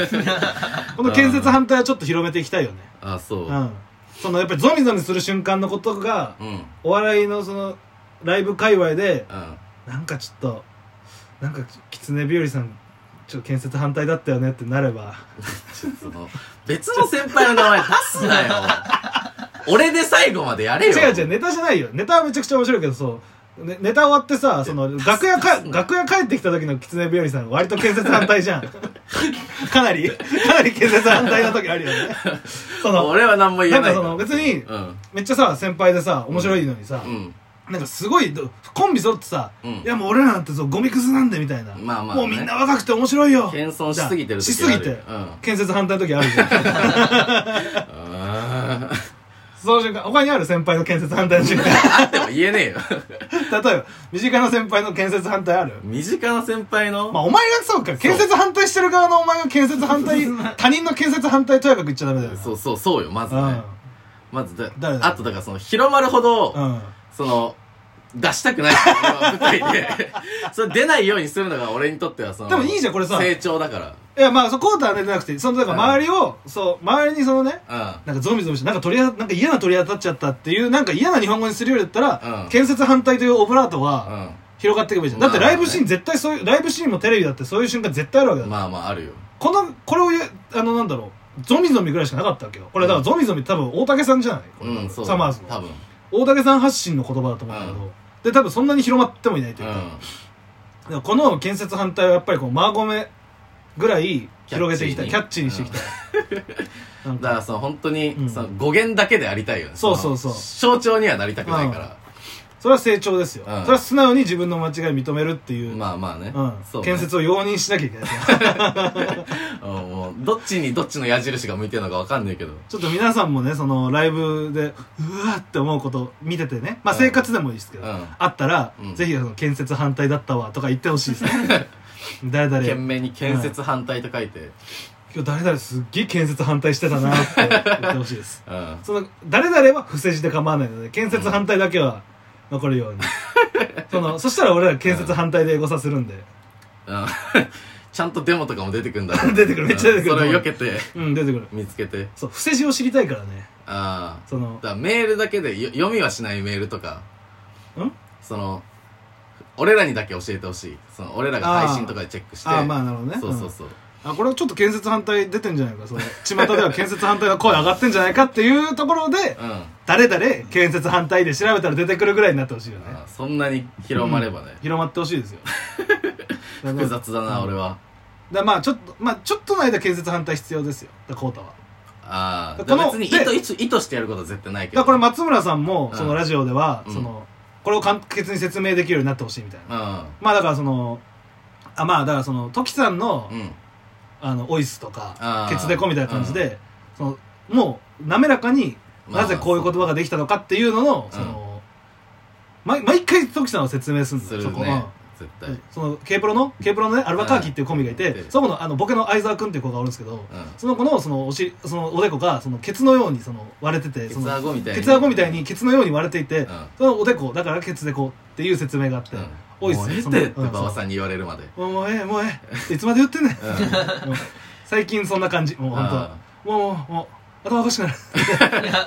[SPEAKER 2] この建設反対はちょっと広めていきたいよね、
[SPEAKER 1] あそううん
[SPEAKER 2] そのやっぱりゾミゾミする瞬間のことが
[SPEAKER 1] うんうん
[SPEAKER 2] お笑いのそのライブ界隈でなんかちょっとなんか狐日和さんちょっと建設反対だったよねってなれば
[SPEAKER 1] ちょっとその別の先輩の名前出すなよ俺で最後までやれよ
[SPEAKER 2] 違う違うネタじゃないよネタはめちゃくちゃ面白いけどそう、ね、ネタ終わってさその楽屋か楽屋帰ってきた時の狐日和さん割と建設反対じゃん
[SPEAKER 1] [LAUGHS]
[SPEAKER 2] かなりかなり建設反対の時あるよねその
[SPEAKER 1] 俺は何も言えないから
[SPEAKER 2] なんかその別に
[SPEAKER 1] うん
[SPEAKER 2] めっちゃさ先輩でさ面白いのにさ、
[SPEAKER 1] うん
[SPEAKER 2] なんかすごいどコンビ揃ってさ、
[SPEAKER 1] うん
[SPEAKER 2] いやもう俺らなんてそうゴミクズなんでみたいな、
[SPEAKER 1] まあまあね
[SPEAKER 2] もうみんな若くて面白いよ
[SPEAKER 1] 謙遜しすぎてる
[SPEAKER 2] し
[SPEAKER 1] 時あ
[SPEAKER 2] すぎ
[SPEAKER 1] る
[SPEAKER 2] て、
[SPEAKER 1] うん
[SPEAKER 2] 建設反対の時ある
[SPEAKER 1] [LAUGHS]
[SPEAKER 2] じゃん
[SPEAKER 1] あ
[SPEAKER 2] その瞬間他にある先輩の建設反対の瞬
[SPEAKER 1] [LAUGHS]
[SPEAKER 2] 間
[SPEAKER 1] っても言えねえよ
[SPEAKER 2] 例えば身近な先輩の建設反対ある
[SPEAKER 1] 身近な先輩の、
[SPEAKER 2] [LAUGHS] まあお前がそうか建設反対してる側のお前が建設反対他人の建設反対とやかく言っちゃダメだよな
[SPEAKER 1] そうそうそうよまず
[SPEAKER 2] う
[SPEAKER 1] ね、
[SPEAKER 2] ん
[SPEAKER 1] まずだ
[SPEAKER 2] 誰だ
[SPEAKER 1] あとだからその広まるほど、
[SPEAKER 2] うん
[SPEAKER 1] その出したくないっていうのが舞台で [LAUGHS] それ出ないようにするのが俺にとってはその
[SPEAKER 2] でもいいじゃんこれさ
[SPEAKER 1] 成長だか
[SPEAKER 2] いやまあそうコータはねじゃなくてそのだから周りを、そう周りにそのね
[SPEAKER 1] ら
[SPEAKER 2] なんかゾミゾミしてなんか取りあなんか嫌な取り当たっちゃったっていうなんか嫌な日本語にするよりだったら、
[SPEAKER 1] うん
[SPEAKER 2] 建設反対というオブラートは、
[SPEAKER 1] うん
[SPEAKER 2] 広がっていけばいいじゃん
[SPEAKER 1] ま
[SPEAKER 2] だ
[SPEAKER 1] あ
[SPEAKER 2] ってライブシーン絶対そういうライブシーンもテレビだってそういう瞬間絶対あるわけ
[SPEAKER 1] う
[SPEAKER 2] だ、
[SPEAKER 1] んまあまああるよ
[SPEAKER 2] このこれをやあのなんだろうゾミゾミぐらいしかなかったわけよこれだからゾミゾミって多分大竹さんじゃないこれ、
[SPEAKER 1] うんそう
[SPEAKER 2] サマーズ
[SPEAKER 1] 多
[SPEAKER 2] の
[SPEAKER 1] 分
[SPEAKER 2] 大竹さん発信の言葉だと思うんだけど、
[SPEAKER 1] う
[SPEAKER 2] で多分そんなに広まってもいないと
[SPEAKER 1] う
[SPEAKER 2] いうんか,、この建設反対はやっぱりこうマーゴメぐらい広げていきたいキ
[SPEAKER 1] キ
[SPEAKER 2] ャ
[SPEAKER 1] ャ
[SPEAKER 2] ッ
[SPEAKER 1] ッ
[SPEAKER 2] チ
[SPEAKER 1] チー
[SPEAKER 2] ーに
[SPEAKER 1] に
[SPEAKER 2] していきたい、なん
[SPEAKER 1] だか
[SPEAKER 2] から
[SPEAKER 1] その本当に、
[SPEAKER 2] うん
[SPEAKER 1] その語源だけでありたいよね
[SPEAKER 2] そうそう
[SPEAKER 1] の
[SPEAKER 2] そ
[SPEAKER 1] 象徴にはなりたくないから、
[SPEAKER 2] それは成長ですよ、
[SPEAKER 1] うん
[SPEAKER 2] それは素直に自分の間違い認めるっていう,、
[SPEAKER 1] まあまあね、
[SPEAKER 2] うん
[SPEAKER 1] そうね
[SPEAKER 2] 建設を容認しなきゃいけないですね
[SPEAKER 1] [LAUGHS] うんもうどっちにどっちの矢印が向いてるのかわかんないけど
[SPEAKER 2] ちょっと皆さんもねそのライブでうわーって思うこと見ててねまあ
[SPEAKER 1] うん
[SPEAKER 2] 生活でもいいですけ
[SPEAKER 1] う
[SPEAKER 2] ど、
[SPEAKER 1] ん
[SPEAKER 2] あったら、
[SPEAKER 1] うん
[SPEAKER 2] ぜひあの建設反対だったわとか言ってほしいで
[SPEAKER 1] [LAUGHS]
[SPEAKER 2] すね誰々
[SPEAKER 1] 懸
[SPEAKER 2] 今
[SPEAKER 1] 命に建設反対と書いて、
[SPEAKER 2] 日誰々すっげえ建設反対してたなって言ってほしいです
[SPEAKER 1] うん
[SPEAKER 2] その誰々は不正字で構わないので建設反対だけは残る
[SPEAKER 1] [LAUGHS]
[SPEAKER 2] ように、そのそしたら俺ら建設反対でエゴサするんで
[SPEAKER 1] うん [LAUGHS] ちゃんとデモとかも出てくるんだ
[SPEAKER 2] [LAUGHS] 出てくるめっちゃ出てくる
[SPEAKER 1] うんそれを避けて
[SPEAKER 2] うん出てくる
[SPEAKER 1] 見つけて
[SPEAKER 2] そう不正字を知りたいからね
[SPEAKER 1] ああ
[SPEAKER 2] その
[SPEAKER 1] だからメールだけでよ読みはしないメールとか
[SPEAKER 2] ん
[SPEAKER 1] その俺らにだけ教えてほしいその俺らが配信とかでチェックして
[SPEAKER 2] ああまあなるほどね
[SPEAKER 1] そうそう
[SPEAKER 2] うん
[SPEAKER 1] そう、
[SPEAKER 2] あこれはちょっと建設反対出てんじゃないかその巷では建設反対の声上がってんじゃないかっていうところで
[SPEAKER 1] うん
[SPEAKER 2] 誰々建設反対で調べたら出てくるぐらいになってほしいよね
[SPEAKER 1] ああそんなに広まればね、
[SPEAKER 2] 広まってほしいですよ
[SPEAKER 1] [LAUGHS] 複雑だな、
[SPEAKER 2] うん
[SPEAKER 1] 俺は
[SPEAKER 2] だまあちょっとまあちょっとの間建設反対必要ですよだコータは
[SPEAKER 1] ああ
[SPEAKER 2] この
[SPEAKER 1] 別に意
[SPEAKER 2] で
[SPEAKER 1] 図意図意図してやることは絶対ないけ
[SPEAKER 2] だか
[SPEAKER 1] ど
[SPEAKER 2] らこれ松村さんも
[SPEAKER 1] うん
[SPEAKER 2] そのラジオでは、
[SPEAKER 1] うん
[SPEAKER 2] そのこれを簡潔に説明できるようになってほしいみたいな、
[SPEAKER 1] う
[SPEAKER 2] まあだからそのあまあだからそのトキさんの,、
[SPEAKER 1] んうん
[SPEAKER 2] あのオイスとか
[SPEAKER 1] あー
[SPEAKER 2] ケツデコみたいな感じで、そのもう滑らかに
[SPEAKER 1] まあ
[SPEAKER 2] なぜこういう言葉ができたのかっていうのの、その毎毎回トキさんは説明するんだ
[SPEAKER 1] す
[SPEAKER 2] よ、
[SPEAKER 1] る
[SPEAKER 2] そこ
[SPEAKER 1] ね
[SPEAKER 2] は。
[SPEAKER 1] 絶対、
[SPEAKER 2] う
[SPEAKER 1] うん
[SPEAKER 2] んその K プロの K プロのねアルバカーキっていうコンビがいて、
[SPEAKER 1] うん
[SPEAKER 2] そこのあのボケの相沢君っていう子がおるんですけど、その子のそのお尻そのおでこがそのケツのようにその割れてて
[SPEAKER 1] ケ
[SPEAKER 2] その
[SPEAKER 1] ツアゴみたいに
[SPEAKER 2] ケツアゴみたいにケツのように割れていて、
[SPEAKER 1] うん
[SPEAKER 2] そのおでこだからケツでこうっていう説明があって、多いっす
[SPEAKER 1] もう
[SPEAKER 2] ね
[SPEAKER 1] ええっ
[SPEAKER 2] そ
[SPEAKER 1] てっ
[SPEAKER 2] の
[SPEAKER 1] て
[SPEAKER 2] うん
[SPEAKER 1] 馬場さんに言われるまで
[SPEAKER 2] もうもうええもうええいつまで言ってんねん、
[SPEAKER 1] うん
[SPEAKER 2] うん最近そんな感じもう本当
[SPEAKER 1] あ
[SPEAKER 2] もうもうもう頭おかしくなる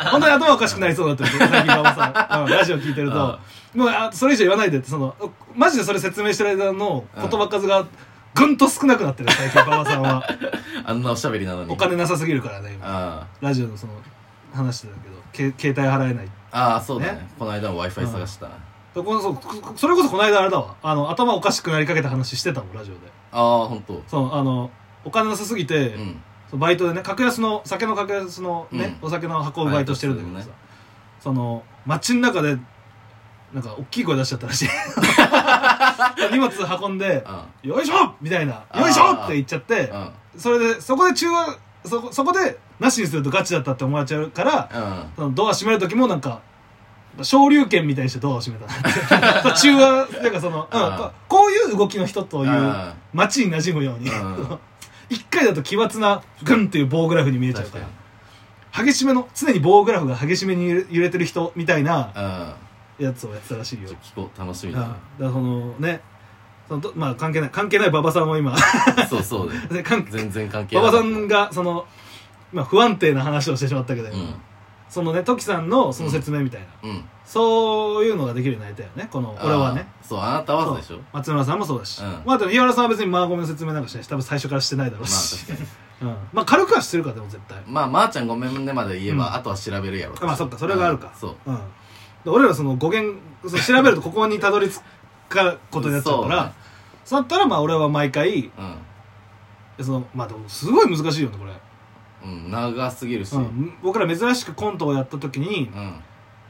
[SPEAKER 2] 本当に頭おかしくなりそうだって最近馬場さん、うんラジオ聞いてると
[SPEAKER 1] あ
[SPEAKER 2] もうあそれ以上言わないでってそのマジでそれ説明してる間の言葉数がぐんと少なくなってる最近馬場さんは
[SPEAKER 1] あんなおしゃべりなのに
[SPEAKER 2] お金なさすぎるからね今
[SPEAKER 1] あ
[SPEAKER 2] ラジオのその話してたけどけ携帯払えない
[SPEAKER 1] あああそうだね
[SPEAKER 2] ね
[SPEAKER 1] この間も w i f i 探したな、
[SPEAKER 2] そこそうそそれこそこの間あれだわあの頭おかしくなりかけた話してたもんラジオで
[SPEAKER 1] ああ本当
[SPEAKER 2] そのあのお金なさすぎて、
[SPEAKER 1] うん
[SPEAKER 2] そのバイトでね格安の酒の格安のね、
[SPEAKER 1] う
[SPEAKER 2] お酒の運ぶバイトしてるんだけどさ、
[SPEAKER 1] バイトする
[SPEAKER 2] その街の中でなんか大きい声出しちゃったらしい
[SPEAKER 1] [LAUGHS]
[SPEAKER 2] 荷物運んで
[SPEAKER 1] あ
[SPEAKER 2] 「よいしょ!」みたいな「
[SPEAKER 1] あー
[SPEAKER 2] よいしょ!」って言っちゃって
[SPEAKER 1] あ
[SPEAKER 2] それでそこで中和そこそこでなしにするとガチだったって思われちゃうから
[SPEAKER 1] うんうん
[SPEAKER 2] そのドア閉める時もなんか昇竜拳みたいにしてドアを閉めた
[SPEAKER 1] [LAUGHS]
[SPEAKER 2] そう中和なんかその、うん
[SPEAKER 1] うん
[SPEAKER 2] こういう動きの人という
[SPEAKER 1] あ
[SPEAKER 2] 街に馴染むように、
[SPEAKER 1] うん
[SPEAKER 2] [LAUGHS] 一回だと奇抜なグンっていう棒グラフに見え
[SPEAKER 1] ー
[SPEAKER 2] ちゃうか
[SPEAKER 1] 確からに
[SPEAKER 2] 激しめの常に棒グラフが激しめに揺れ揺れてる人みたいな
[SPEAKER 1] うん
[SPEAKER 2] やつをやってたらしいよ
[SPEAKER 1] ちょっと聞こう楽しみ
[SPEAKER 2] うんだ
[SPEAKER 1] だ
[SPEAKER 2] からそのねそのどまあ関係ない関係ない馬場さんも今 [LAUGHS]
[SPEAKER 1] なそうそうだよ
[SPEAKER 2] で関
[SPEAKER 1] 全然関係
[SPEAKER 2] 馬
[SPEAKER 1] ない
[SPEAKER 2] 場さんがその、まあ、不安定な話をしてしまったけど、
[SPEAKER 1] うん
[SPEAKER 2] そのねトキさんのその説明みたいな、
[SPEAKER 1] うん
[SPEAKER 2] そういうのができるようになりたいよねこの俺はね
[SPEAKER 1] あーそうあなたはそうでしょ
[SPEAKER 2] 松村さんもそうだし、
[SPEAKER 1] うん
[SPEAKER 2] まあでも日原さんは別にマーゴメの説明なんかしないし多分最初からしてないだ
[SPEAKER 1] ま
[SPEAKER 2] ろう
[SPEAKER 1] あ
[SPEAKER 2] し、
[SPEAKER 1] 確かに
[SPEAKER 2] うん、まあ軽くはしてるからでも絶対
[SPEAKER 1] まあまーちゃんごめんねまで言え
[SPEAKER 2] うん
[SPEAKER 1] ばあとは調べるやろ
[SPEAKER 2] あまあそっかそれがあるか
[SPEAKER 1] うんそう
[SPEAKER 2] うん、で俺らその語源その調べるとここにたどり着くことになっちゃうからそうなったらまあ俺は毎回
[SPEAKER 1] そうね
[SPEAKER 2] そのまあでもすごい難しいよねこれ、
[SPEAKER 1] うんうん長すぎるし
[SPEAKER 2] う
[SPEAKER 1] うん
[SPEAKER 2] ん、僕ら珍しくコントをやった時に
[SPEAKER 1] うん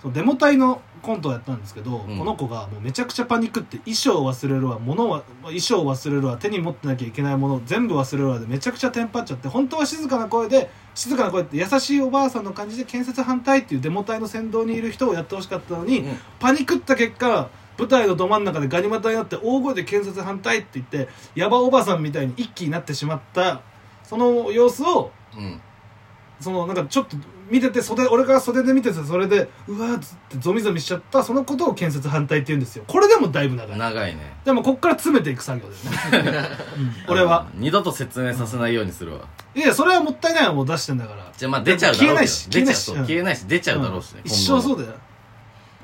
[SPEAKER 2] そのデモ隊のコントをやったんですけど、
[SPEAKER 1] うん
[SPEAKER 2] この子がもうめちゃくちゃパニックって衣装を忘れるわ物は衣装を忘れるわ手に持ってなきゃいけないもの全部忘れるわでめちゃくちゃテンパっちゃって本当は静かな声で静かな声って優しいおばあさんの感じで建設反対っていうデモ隊の先導にいる人をやってほしかったのに、パニックった結果舞台のど真ん中でガニ股になって大声で建設反対って言ってヤバおばさんみたいに一気になってしまったその様子を
[SPEAKER 1] うん
[SPEAKER 2] そのなんかちょっと見てて袖俺が袖で見ててそれでうわーっつってゾミゾミしちゃったそのことを建設反対って言うんですよこれでもだいぶ長い
[SPEAKER 1] 長いね
[SPEAKER 2] でもこっから詰めていく作業ですね、
[SPEAKER 1] [LAUGHS]
[SPEAKER 2] うん俺は
[SPEAKER 1] うん二度と説明させないようにするわ
[SPEAKER 2] いやそれはもったいないもう出してんだから
[SPEAKER 1] じゃあまあ出ちゃうだろうけど
[SPEAKER 2] 消えないし
[SPEAKER 1] 出ちゃうそう
[SPEAKER 2] 消えないしうん
[SPEAKER 1] 消えないし出ちゃうだろうしね
[SPEAKER 2] 一生そううだよ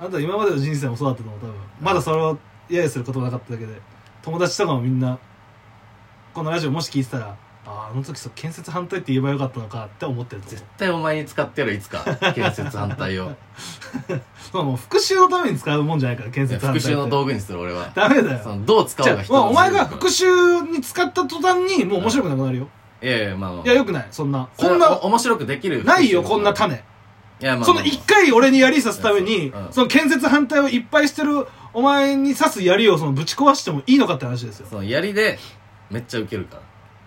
[SPEAKER 2] あんた今までの人生もそうだったと思う多分まだそれを揶揄することなかっただけで友達とかもみんなこのラジオもし聞いてたらああの時そう建設反対って言えばよかったのかって思ってると思
[SPEAKER 1] 絶対お前に使ってやろいつか建設反対
[SPEAKER 2] [LAUGHS]
[SPEAKER 1] を
[SPEAKER 2] うまあもう復讐のために使うもんじゃないから建設反
[SPEAKER 1] 復
[SPEAKER 2] 対って
[SPEAKER 1] 讐の道具にする俺は
[SPEAKER 2] ダメだよ
[SPEAKER 1] そのどう使お
[SPEAKER 2] じ
[SPEAKER 1] う
[SPEAKER 2] ゃ
[SPEAKER 1] が
[SPEAKER 2] あ
[SPEAKER 1] 人
[SPEAKER 2] まあ
[SPEAKER 1] の
[SPEAKER 2] お
[SPEAKER 1] 自由
[SPEAKER 2] 前が復讐に使った途端にもう面白くなくなるよ
[SPEAKER 1] いやいやまあまあ
[SPEAKER 2] いやよくないそんな
[SPEAKER 1] それ
[SPEAKER 2] こんな
[SPEAKER 1] お面白くできる
[SPEAKER 2] ないよこんな種
[SPEAKER 1] いやまあまあまあ
[SPEAKER 2] その一回俺に槍刺すために
[SPEAKER 1] うん
[SPEAKER 2] その建設反対をいっぱいしてるお前に刺す槍をそのぶち壊してもいいのかって話ですよ
[SPEAKER 1] その槍でめっちゃウケるか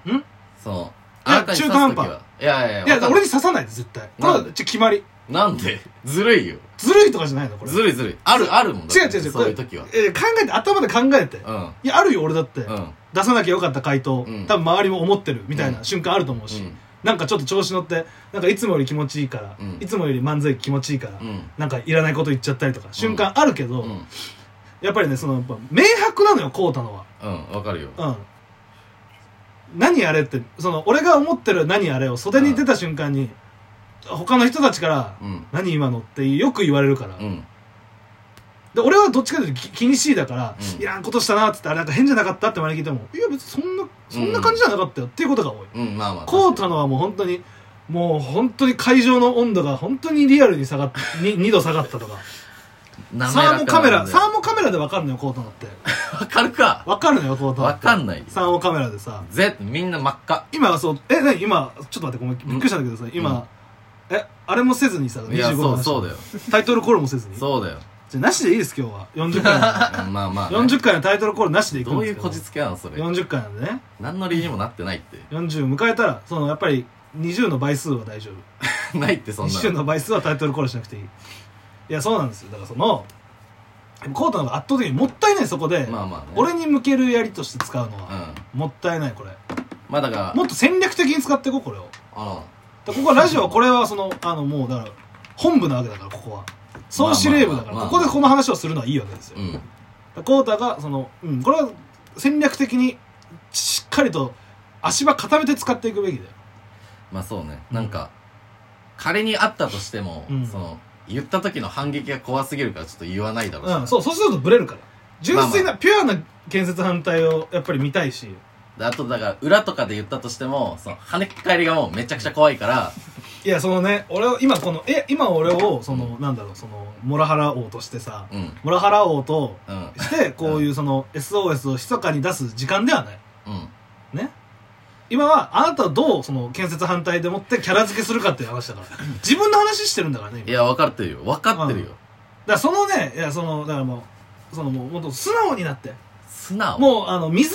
[SPEAKER 1] ら
[SPEAKER 2] ん
[SPEAKER 1] その
[SPEAKER 2] いや
[SPEAKER 1] あなたに刺す時
[SPEAKER 2] 中途半端
[SPEAKER 1] はいやいや
[SPEAKER 2] いや
[SPEAKER 1] わかん
[SPEAKER 2] 俺に刺さないで絶対これは
[SPEAKER 1] なんで
[SPEAKER 2] ちょ決まり
[SPEAKER 1] なんでずるいよ
[SPEAKER 2] ずるいとかじゃないのこれ
[SPEAKER 1] ずるいずるいあるあるもんだ
[SPEAKER 2] 違う
[SPEAKER 1] って
[SPEAKER 2] 違う違う
[SPEAKER 1] そういう時は
[SPEAKER 2] えー考えて頭で考えて
[SPEAKER 1] う
[SPEAKER 2] いやあるよ俺だって、
[SPEAKER 1] んうん
[SPEAKER 2] 出さなきゃよかった回答、
[SPEAKER 1] うん
[SPEAKER 2] 多分周りも思ってるみたいうなん瞬間あると思うし、
[SPEAKER 1] うん
[SPEAKER 2] なんかちょっと調子乗ってなんかいつもより気持ちいいから、
[SPEAKER 1] うん
[SPEAKER 2] いつもより漫才気持ちいいから、
[SPEAKER 1] うん
[SPEAKER 2] なんかいらないこと言っちゃったりとか瞬間あるけど、
[SPEAKER 1] うん
[SPEAKER 2] やっぱりねそのやっぱ明白なのよこうたのは
[SPEAKER 1] うんわかるよ
[SPEAKER 2] うん何あれってその俺が思ってる何あれを袖に出た瞬間に、他の人たちから
[SPEAKER 1] うん
[SPEAKER 2] 「何今の?」ってよく言われるから、
[SPEAKER 1] うん
[SPEAKER 2] で俺はどっちかというとき気にしいだから、
[SPEAKER 1] うん
[SPEAKER 2] いらんことしたなっつってあれなんか変じゃなかったって周りに聞いてもいや別にそんなそんな感じじゃなかったよっていうことが多い、
[SPEAKER 1] うんまあまあ
[SPEAKER 2] こうたのはもう本当にもう本当に会場の温度が本当にリアルに下がっに2度下がったとか
[SPEAKER 1] サ
[SPEAKER 2] サーモカメラサーモカメラで分かるのよこうたのって
[SPEAKER 1] [LAUGHS] わかるか
[SPEAKER 2] 分かるのよこうたの
[SPEAKER 1] わ
[SPEAKER 2] って
[SPEAKER 1] かんないよ
[SPEAKER 2] サーモカメラでさ
[SPEAKER 1] ぜみんな真っ赤
[SPEAKER 2] 今そうえ何今ちょっと待ってごめんびっくりしたんだけどさ今、えあれもせずにさ
[SPEAKER 1] いや
[SPEAKER 2] 25
[SPEAKER 1] そ
[SPEAKER 2] 分
[SPEAKER 1] うそうだよ
[SPEAKER 2] タイトルコールもせずにじゃ
[SPEAKER 1] そうだよ
[SPEAKER 2] あなしでいいです今日は40回な
[SPEAKER 1] [LAUGHS]
[SPEAKER 2] んで
[SPEAKER 1] うんまあまあね
[SPEAKER 2] 40回のタイトルコールなしでいく
[SPEAKER 1] ど
[SPEAKER 2] ん
[SPEAKER 1] う
[SPEAKER 2] で
[SPEAKER 1] い
[SPEAKER 2] す
[SPEAKER 1] う
[SPEAKER 2] け
[SPEAKER 1] こ
[SPEAKER 2] ど
[SPEAKER 1] じつけなのそれ
[SPEAKER 2] 40回なんでね
[SPEAKER 1] 何の理由にもなってないって [LAUGHS]
[SPEAKER 2] 40迎えたらそのやっぱり20の倍数は大丈夫
[SPEAKER 1] ないってそんな
[SPEAKER 2] 20の倍数はタイトルコールしなくていいいやそうなんですよだからそのコータの方が圧倒的にもったいないそこで、
[SPEAKER 1] まあまあね
[SPEAKER 2] 俺に向ける槍として使うの
[SPEAKER 1] うん
[SPEAKER 2] は、もったいないこれ
[SPEAKER 1] まあだから
[SPEAKER 2] もっと戦略的に使っていこうこれを
[SPEAKER 1] あ
[SPEAKER 2] でここはラジオはこれはそのあのもうだから本部なわけだからここは総司令部だか
[SPEAKER 1] まあま
[SPEAKER 2] ら、
[SPEAKER 1] あまあまあ
[SPEAKER 2] ここでこの話をするのはいいわけですよ、
[SPEAKER 1] のうん
[SPEAKER 2] コータがその、うん、これは戦略的にしっかりと足場固めて使っていくべきだよ
[SPEAKER 1] まあそうね
[SPEAKER 2] うん
[SPEAKER 1] なんか仮にあったとしても
[SPEAKER 2] うん
[SPEAKER 1] その言った時の反撃が怖すぎるからちょっと言わないだろうし
[SPEAKER 2] うん、そうそうするとブレるから純粋な、
[SPEAKER 1] まあ
[SPEAKER 2] ピュアな建設反対をやっぱり見たいし
[SPEAKER 1] であとだから裏とかで言ったとしてもその跳ね返りがもうめちゃくちゃ怖いから
[SPEAKER 2] いやそのね俺を今このえ今俺をその、なんだろうそのモラハラ王としてさ
[SPEAKER 1] うん
[SPEAKER 2] モラハラ王と
[SPEAKER 1] うん
[SPEAKER 2] してこういうその SOS を密かに出す時間ではない
[SPEAKER 1] うん
[SPEAKER 2] ね今はあなたをどうその建設反対でもってキャラ付けするかっていう話だから自分の話してるんだからね今
[SPEAKER 1] い
[SPEAKER 2] だか
[SPEAKER 1] や分かってるよ分かってるよ
[SPEAKER 2] らそのねいやそのだからもうそのもうもっと素直になって
[SPEAKER 1] 素直
[SPEAKER 2] もうあの水